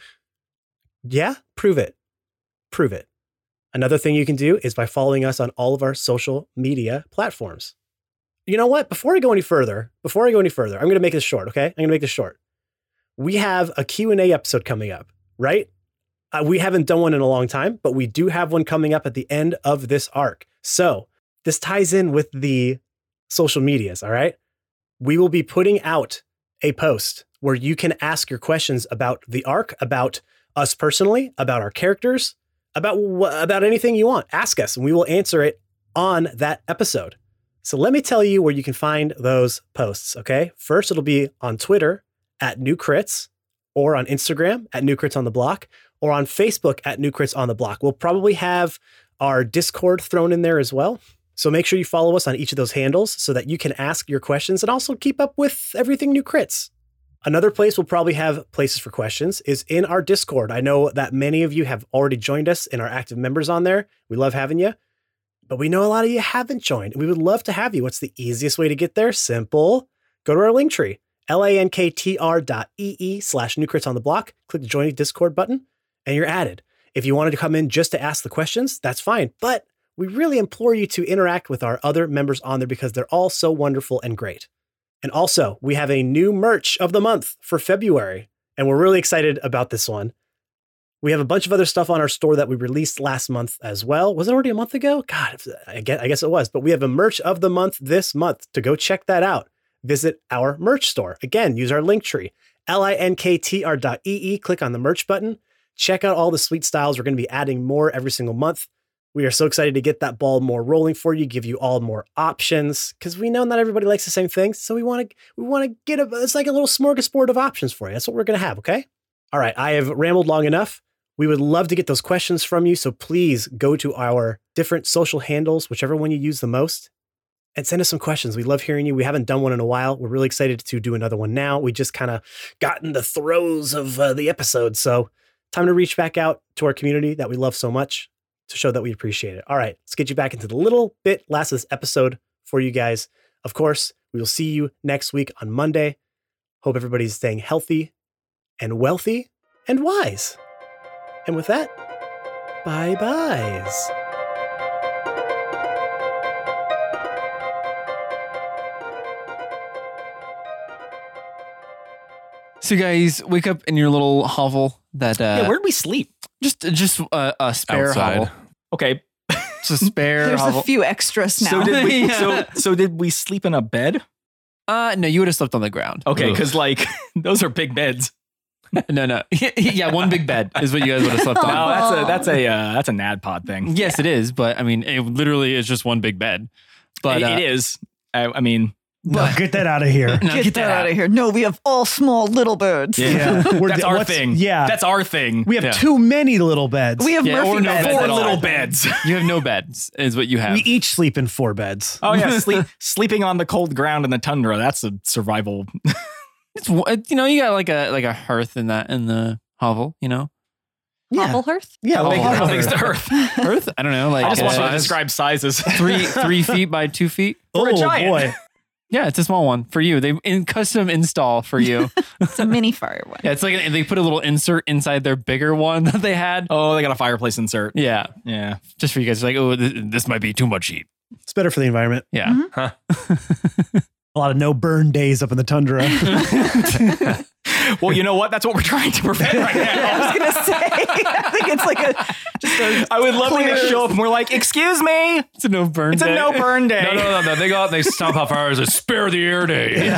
Speaker 7: Yeah, prove it prove it. Another thing you can do is by following us on all of our social media platforms. You know what? Before I go any further, before I go any further, I'm going to make this short, okay? I'm going to make this short. We have a Q&A episode coming up, right? Uh, we haven't done one in a long time, but we do have one coming up at the end of this arc. So, this ties in with the social medias, all right? We will be putting out a post where you can ask your questions about the arc, about us personally, about our characters, about wh- about anything you want. Ask us, and we will answer it on that episode. So let me tell you where you can find those posts. Okay, first it'll be on Twitter at New Crits, or on Instagram at New Crits on the Block, or on Facebook at New Crits on the Block. We'll probably have our Discord thrown in there as well. So make sure you follow us on each of those handles so that you can ask your questions and also keep up with everything New Crits. Another place we'll probably have places for questions is in our Discord. I know that many of you have already joined us and are active members on there. We love having you, but we know a lot of you haven't joined. We would love to have you. What's the easiest way to get there? Simple. Go to our link tree, lanktr dot ee slash newcrits on the block. Click the join Discord button and you're added. If you wanted to come in just to ask the questions, that's fine. But we really implore you to interact with our other members on there because they're all so wonderful and great. And also, we have a new merch of the month for February, and we're really excited about this one. We have a bunch of other stuff on our store that we released last month as well. Was it already a month ago? God, I guess, I guess it was. But we have a merch of the month this month. To go check that out, visit our merch store. Again, use our link tree, linktr.ee. E Click on the merch button. Check out all the sweet styles. We're going to be adding more every single month. We are so excited to get that ball more rolling for you, give you all more options because we know not everybody likes the same things. So we want to we want to get a it's like a little smorgasbord of options for you. That's what we're gonna have. Okay. All right. I have rambled long enough. We would love to get those questions from you. So please go to our different social handles, whichever one you use the most, and send us some questions. We love hearing you. We haven't done one in a while. We're really excited to do another one now. We just kind of got in the throes of uh, the episode. So time to reach back out to our community that we love so much to show that we appreciate it. All right, let's get you back into the little bit last of this episode for you guys. Of course, we will see you next week on Monday. Hope everybody's staying healthy and wealthy and wise. And with that, bye byes.
Speaker 5: So you guys wake up in your little hovel that uh
Speaker 4: yeah, where'd we sleep?
Speaker 5: just just uh, a spare
Speaker 6: Outside.
Speaker 5: hovel.
Speaker 4: Okay.
Speaker 5: It's a spare
Speaker 3: There's
Speaker 5: hovel.
Speaker 3: a few extras now.
Speaker 4: So did we?
Speaker 5: Yeah.
Speaker 4: So so did we sleep in a bed?
Speaker 5: uh no, you would have slept on the ground.
Speaker 4: Okay,
Speaker 6: Ugh.
Speaker 4: because like those are big beds.
Speaker 5: No, no. yeah, one big bed is what you guys would have
Speaker 7: Oh.
Speaker 5: slept
Speaker 4: No,
Speaker 5: on.
Speaker 4: that's a that's a uh, that's a nad pod thing.
Speaker 5: Yes, it is, but I mean, it literally is just one big bed. But
Speaker 4: It-
Speaker 5: uh,
Speaker 4: it is. I, I mean,
Speaker 7: No, get that out of here.
Speaker 5: no,
Speaker 3: get, that out of here. No, we have all small little birds.
Speaker 7: Yeah. We're
Speaker 4: that's
Speaker 7: the-
Speaker 4: our
Speaker 7: what's-
Speaker 4: thing.
Speaker 7: yeah.
Speaker 4: That's our thing.
Speaker 7: We have
Speaker 5: Yeah.
Speaker 7: too many little beds.
Speaker 3: We have
Speaker 5: Yeah,
Speaker 3: Murphy
Speaker 5: or no
Speaker 3: beds.
Speaker 5: beds
Speaker 4: four
Speaker 5: at all.
Speaker 4: little beds.
Speaker 5: You have no beds, is what you have.
Speaker 7: we each sleep in four beds.
Speaker 4: Oh yeah, sleep, sleeping on the cold ground in the tundra. That's a survival.
Speaker 5: It's wa- you know you got like a like a hearth in that in the hovel. You know
Speaker 3: Hovel hearth?
Speaker 7: Yeah,
Speaker 5: Oh,
Speaker 7: like
Speaker 5: how
Speaker 4: How
Speaker 7: hover.
Speaker 4: big's the earth?
Speaker 5: hearth. I don't know, like
Speaker 4: I just
Speaker 5: uh,
Speaker 4: want to describe sizes.
Speaker 5: three three feet by two feet.
Speaker 4: for a giant.
Speaker 7: boy.
Speaker 5: Yeah, it's a small one for you. They in custom install for you.
Speaker 3: It's a mini fire one.
Speaker 5: yeah, it's like an, they put a little insert inside their bigger one that they had.
Speaker 4: Oh, they got a fireplace insert.
Speaker 5: Yeah,
Speaker 4: Yeah.
Speaker 5: just for you guys. Like, oh, th- this might be too much heat.
Speaker 4: Mm-hmm.
Speaker 7: It's better for the environment.
Speaker 5: Yeah.
Speaker 3: Mhm.
Speaker 1: a lot of no burn days up in the tundra.
Speaker 4: well, you know what? That's what we're trying to prevent right
Speaker 3: I
Speaker 4: now.
Speaker 3: was gonna say. I think it's like a just a
Speaker 4: I would love to just show up and we're like, excuse me,
Speaker 5: It's a no burn.
Speaker 4: it's a no burn day.
Speaker 6: No, no, no, no. They go out and they stomp off hours. It's spare the air day.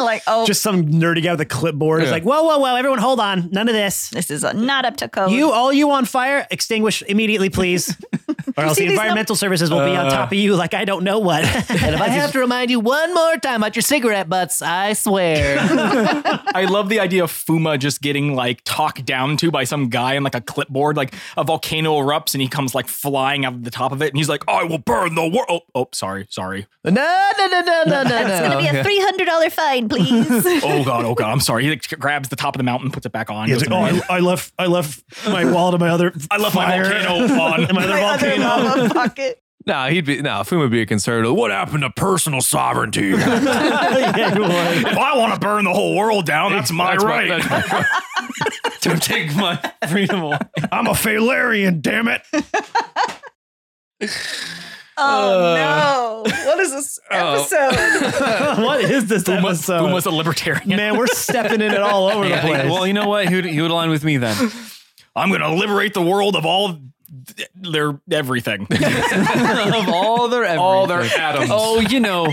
Speaker 3: like oh
Speaker 1: Just some nerdy guy with a clipboard is
Speaker 6: Yeah.
Speaker 1: like, whoa, whoa, whoa, everyone hold on. None of this.
Speaker 3: this is uh not up to code.
Speaker 1: You, all you on fire, extinguish immediately, please. Or else
Speaker 3: see
Speaker 1: the
Speaker 3: these num-
Speaker 1: environmental services will be on top of you like I don't know what. and if I have to remind you one more time about your cigarette butts, I swear.
Speaker 4: I love the idea of Fuma just getting like talked down to by some guy in like a clipboard. Like a volcano erupts and he comes like flying out of the top of it and he's like, I will burn the world. Oh, oh, sorry, sorry.
Speaker 6: No, no, no, no, no, no.
Speaker 3: It's gonna be a three hundred dollar fine, please.
Speaker 4: Oh god, oh god, I'm sorry. He like, grabs the top of the mountain, puts it back on. goes in the-
Speaker 1: "Oh, I left I left my wallet and my other
Speaker 4: I left my volcano on.
Speaker 1: my other
Speaker 3: My other
Speaker 1: volcano.
Speaker 3: mama pocket.
Speaker 6: Nah, he'd be nah. Fuma would be a conservative. What happened to personal sovereignty? that's
Speaker 1: Yeah, you would.
Speaker 4: if I want to burn the whole world down, that's my right.
Speaker 6: that's my-
Speaker 5: Don't take my freedom away.
Speaker 4: I'm a Phalarian, damn it.
Speaker 3: Oh no! What is this episode?
Speaker 1: what is this
Speaker 4: Fuma's,
Speaker 1: episode?
Speaker 4: Fuma's a libertarian.
Speaker 1: Man, we're stepping in it all over the
Speaker 5: Yeah,
Speaker 1: place.
Speaker 5: well, you know what? He would, he would align with me then.
Speaker 4: I'm going to liberate the world of all their everything.
Speaker 5: of all their everything.
Speaker 6: All their atoms.
Speaker 5: Oh, you know,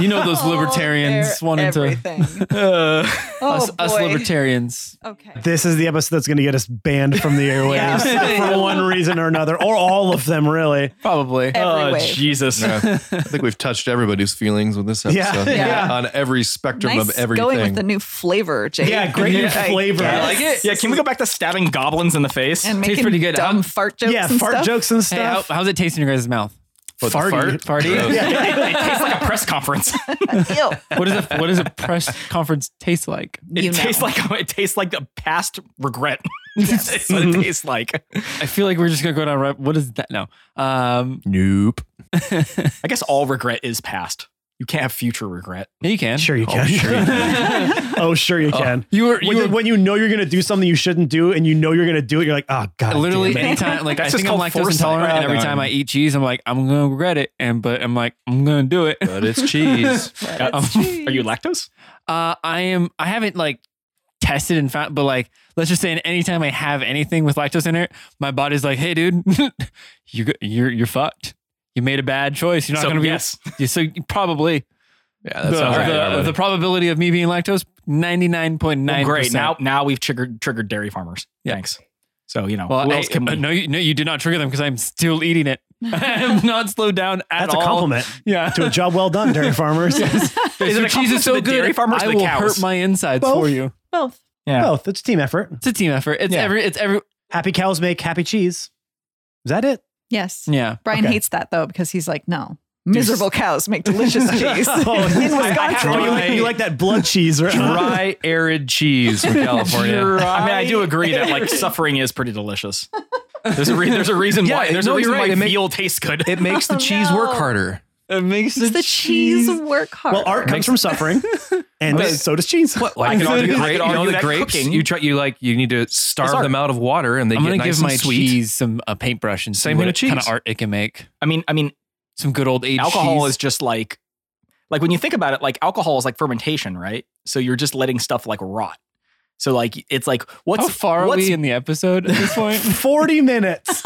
Speaker 5: you know those libertarians
Speaker 3: They're
Speaker 5: wanting to
Speaker 3: everything. oh,
Speaker 5: us, us
Speaker 3: boy.
Speaker 5: libertarians.
Speaker 3: Okay.
Speaker 1: this is the episode that's going to get us banned from the airwaves for one reason or another, or all of them, really.
Speaker 5: Probably.
Speaker 3: Every
Speaker 4: Oh,
Speaker 3: way.
Speaker 4: Jesus.
Speaker 6: I think we've touched everybody's feelings with this episode.
Speaker 1: Yeah.
Speaker 3: Yeah.
Speaker 6: on every spectrum
Speaker 3: nice
Speaker 6: of everything.
Speaker 3: going with the new flavor, Jake.
Speaker 1: Yeah, great new flavor. I
Speaker 5: like it.
Speaker 4: Yeah, can we go back to stabbing goblins in the face?
Speaker 3: And making
Speaker 5: Tastes pretty good.
Speaker 3: dumb
Speaker 5: I'm-
Speaker 3: fart jokes.
Speaker 1: Yeah,
Speaker 3: and
Speaker 1: fart
Speaker 3: stuff.
Speaker 1: jokes and
Speaker 5: Hey, how,
Speaker 1: stuff. oh,
Speaker 5: how's it taste in your guys' mouth?
Speaker 6: What, the
Speaker 1: Farty.
Speaker 5: Party?
Speaker 4: it tastes like a press conference.
Speaker 3: Ew.
Speaker 5: What does a what does a press conference taste like?
Speaker 4: It
Speaker 3: You know.
Speaker 4: tastes like it tastes like a past regret. That's what it tastes like.
Speaker 5: I feel like we're just gonna go down. Right, what is that? No. Um,
Speaker 6: Nope.
Speaker 4: I guess all regret is past. You can't have future regret.
Speaker 5: yeah, you can.
Speaker 1: Sure you can. oh, sure you can.
Speaker 5: You were
Speaker 1: When,
Speaker 5: you were
Speaker 1: when you know you're going to do something you shouldn't do and you know you're going to do it, you're like, oh, God.
Speaker 5: literally
Speaker 1: damn it.
Speaker 5: anytime. Like I
Speaker 4: That's just
Speaker 5: think I'm
Speaker 4: called
Speaker 5: lactose
Speaker 4: foresight,
Speaker 5: intolerant,
Speaker 4: right?
Speaker 5: and every time I eat cheese, I'm like I'm gonna regret it. And but I'm like I'm gonna do it.
Speaker 6: But it's cheese.
Speaker 4: Um, are you lactose?
Speaker 5: Uh, I am. I haven't like tested and found, but like, let's just say, in anytime I have anything with lactose in it, my body's like, "Hey, dude, you go- you're you're fucked. You made a bad choice. You're not
Speaker 4: So,
Speaker 5: gonna be
Speaker 4: yes.
Speaker 5: you- so you- probably
Speaker 6: Yeah,
Speaker 5: the,
Speaker 6: that sounds right.
Speaker 5: the, the probability of me being lactose ninety nine point
Speaker 4: Well,
Speaker 5: nine.
Speaker 4: great. Now now we've triggered triggered dairy farmers.
Speaker 5: Yeah.
Speaker 4: Thanks. So you know
Speaker 5: Well,
Speaker 4: who
Speaker 5: hey,
Speaker 4: else can we-
Speaker 5: no, you, no, you did not trigger them because I'm still eating it. I am not slowed down at
Speaker 1: That's a
Speaker 5: all.
Speaker 1: compliment
Speaker 5: Yeah,
Speaker 1: to a job well done, dairy farmers.
Speaker 4: Is it
Speaker 5: Your
Speaker 4: a
Speaker 5: cheese
Speaker 4: compliment
Speaker 5: is
Speaker 4: to
Speaker 5: so
Speaker 4: the dairy
Speaker 5: good.
Speaker 4: farmers or
Speaker 5: I
Speaker 4: the
Speaker 5: will
Speaker 4: cows?
Speaker 5: hurt my insides
Speaker 1: Both.
Speaker 5: for you.
Speaker 3: Both.
Speaker 4: Yeah.
Speaker 1: Both. It's Oh, a team effort.
Speaker 5: It's a team effort. It's
Speaker 4: Yeah.
Speaker 5: every. It's every.
Speaker 1: Happy cows make happy cheese. Is that it?
Speaker 3: Yes.
Speaker 5: Yeah.
Speaker 3: Brian
Speaker 1: Okay.
Speaker 3: hates that though because he's like, no, miserable cows make delicious cheese.
Speaker 1: Oh,
Speaker 3: In
Speaker 1: I- I
Speaker 3: Wisconsin.
Speaker 1: Oh, you, like, you like that blood cheese, right?
Speaker 6: Dry, arid cheese from California.
Speaker 4: I mean, I do agree that like suffering is pretty delicious. There's a, re- there's a reason
Speaker 6: Yeah,
Speaker 4: why. There's a
Speaker 6: no, you're
Speaker 4: reason
Speaker 6: right.
Speaker 4: why
Speaker 6: It make-
Speaker 4: veal tastes good.
Speaker 6: It makes
Speaker 5: Oh,
Speaker 6: the cheese work
Speaker 3: no.
Speaker 6: harder.
Speaker 5: It makes
Speaker 3: Does the cheese work hard?
Speaker 1: Well, art comes from suffering, and so does cheese.
Speaker 6: What like
Speaker 4: I
Speaker 6: you know,
Speaker 4: could-
Speaker 6: the
Speaker 4: I could
Speaker 6: grape, you know
Speaker 4: argue
Speaker 6: the
Speaker 4: that
Speaker 6: grapes?
Speaker 4: cooking-
Speaker 6: You try you like you need to
Speaker 4: art.
Speaker 6: starve them out of water and they
Speaker 5: I'm
Speaker 6: get
Speaker 5: gonna
Speaker 6: nice
Speaker 5: give
Speaker 6: and
Speaker 5: my
Speaker 6: sweet.
Speaker 5: cheese some a paintbrush and
Speaker 6: Same
Speaker 5: see what
Speaker 6: with a
Speaker 5: kind of
Speaker 6: cheese.
Speaker 5: art it can make.
Speaker 4: I mean, I mean,
Speaker 5: Some good old age.
Speaker 4: alcohol
Speaker 5: cheese.
Speaker 4: is just like like when you think about it like alcohol is like fermentation right so you're just letting stuff like rot so like it's like what's
Speaker 5: How far are
Speaker 4: what's,
Speaker 5: we in the episode at this point?
Speaker 1: Forty minutes.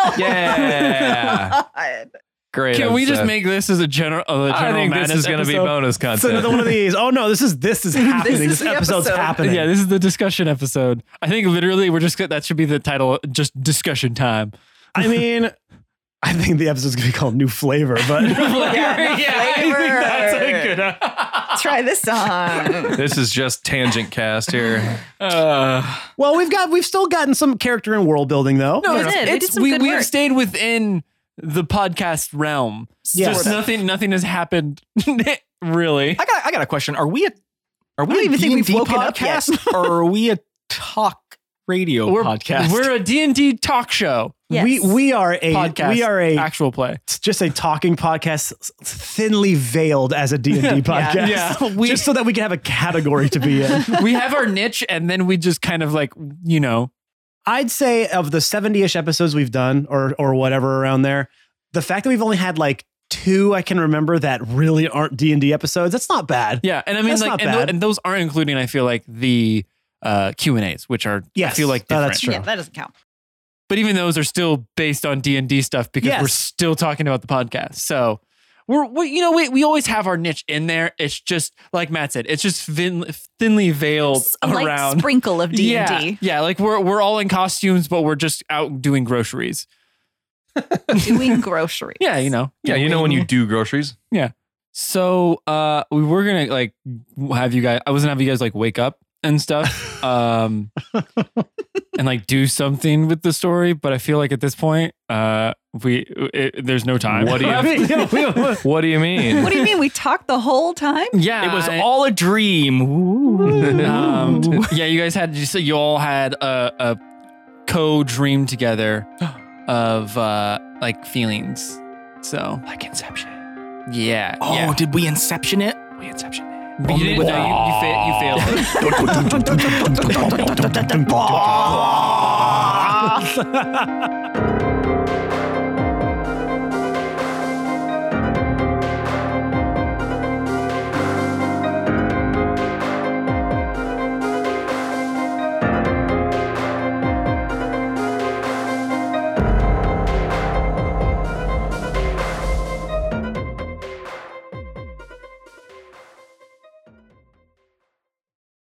Speaker 6: Yeah.
Speaker 3: God.
Speaker 6: Great.
Speaker 5: can we just
Speaker 6: episode.
Speaker 5: make this as a general? Uh,
Speaker 6: uh, I think this is
Speaker 5: going
Speaker 6: gonna be
Speaker 5: to
Speaker 6: bonus
Speaker 1: It's another
Speaker 6: content.
Speaker 1: one of these. Oh no, this is this is happening.
Speaker 3: is
Speaker 1: This,
Speaker 3: the
Speaker 1: episode's
Speaker 3: episode.
Speaker 1: happening.
Speaker 5: Yeah, this is the discussion episode. I think literally we're just gonna- that should be the title. Just discussion time.
Speaker 1: I mean, I think the episode's gonna be called New Flavor, but
Speaker 3: Yeah, flavor. Try this on.
Speaker 6: This is just tangent cast here.
Speaker 4: uh,
Speaker 1: well, we've got we've still gotten some character and world building though.
Speaker 3: No, it's- did. We did some
Speaker 5: we
Speaker 3: good
Speaker 5: we have
Speaker 3: work.
Speaker 5: stayed within the podcast realm.
Speaker 1: Yeah.
Speaker 5: Just
Speaker 1: Sort of.
Speaker 5: nothing. Nothing has happened. really.
Speaker 4: i got i got a question are we a are
Speaker 3: I
Speaker 4: we
Speaker 3: don't
Speaker 4: a
Speaker 3: even think we've
Speaker 4: D&D
Speaker 3: woken up yet.
Speaker 4: podcast or are we a talk radio
Speaker 5: we're,
Speaker 4: podcast
Speaker 5: We're a D&D talk show.
Speaker 3: Yes.
Speaker 1: We we are a
Speaker 5: Podcast.
Speaker 1: we are a
Speaker 5: Actual play.
Speaker 1: it's just a talking podcast s- thinly veiled as a D&D podcast.
Speaker 5: Yeah. We-
Speaker 1: just so that we can have a category to be in.
Speaker 5: we have our niche and then we just kind of like, you know,
Speaker 1: I'd say of the 70-ish episodes we've done or or whatever around there, the fact that we've only had like two I can remember that really aren't D and D episodes. That's not bad.
Speaker 5: Yeah, and I mean
Speaker 1: That's
Speaker 5: like
Speaker 1: not
Speaker 5: and, tho-
Speaker 1: bad.
Speaker 5: and those aren't including I feel like the uh Q and A's, which are I
Speaker 1: Yes.
Speaker 5: feel like
Speaker 1: No,
Speaker 5: different.
Speaker 1: that's true.
Speaker 3: Yeah, that doesn't count.
Speaker 5: But even those are still based on D and D stuff because we're
Speaker 1: Yes.
Speaker 5: still talking about the podcast. So we're we, you know we we always have our niche in there. It's just like Matt said, it's just thin, thinly veiled
Speaker 3: A light
Speaker 5: around.
Speaker 3: sprinkle of D and
Speaker 5: Yeah,
Speaker 3: D.
Speaker 5: yeah, like we're we're all in costumes, but we're just out doing groceries.
Speaker 3: Doing groceries.
Speaker 5: Yeah, you know.
Speaker 6: Yeah, you know when you do groceries.
Speaker 5: So uh we were gonna like have you guys I was gonna have you guys like wake up and stuff. Um and like do something with the story, but I feel like at this point, uh we it, there's no time.
Speaker 6: What do you-
Speaker 5: I mean, yeah, we-
Speaker 6: What do you mean?
Speaker 3: What do you mean? We talked the whole time?
Speaker 5: yeah.
Speaker 4: It was
Speaker 3: uh,
Speaker 5: I-
Speaker 4: all a dream. Ooh.
Speaker 5: um, yeah, you guys had you said you all had a, a co dream together of uh like feelings. So
Speaker 4: like Inception.
Speaker 5: yeah.
Speaker 4: Oh,
Speaker 5: yeah.
Speaker 4: did we Inception it? We Inception
Speaker 5: But you didn't
Speaker 4: with
Speaker 5: know you, you, fa- you failed. it.
Speaker 4: it.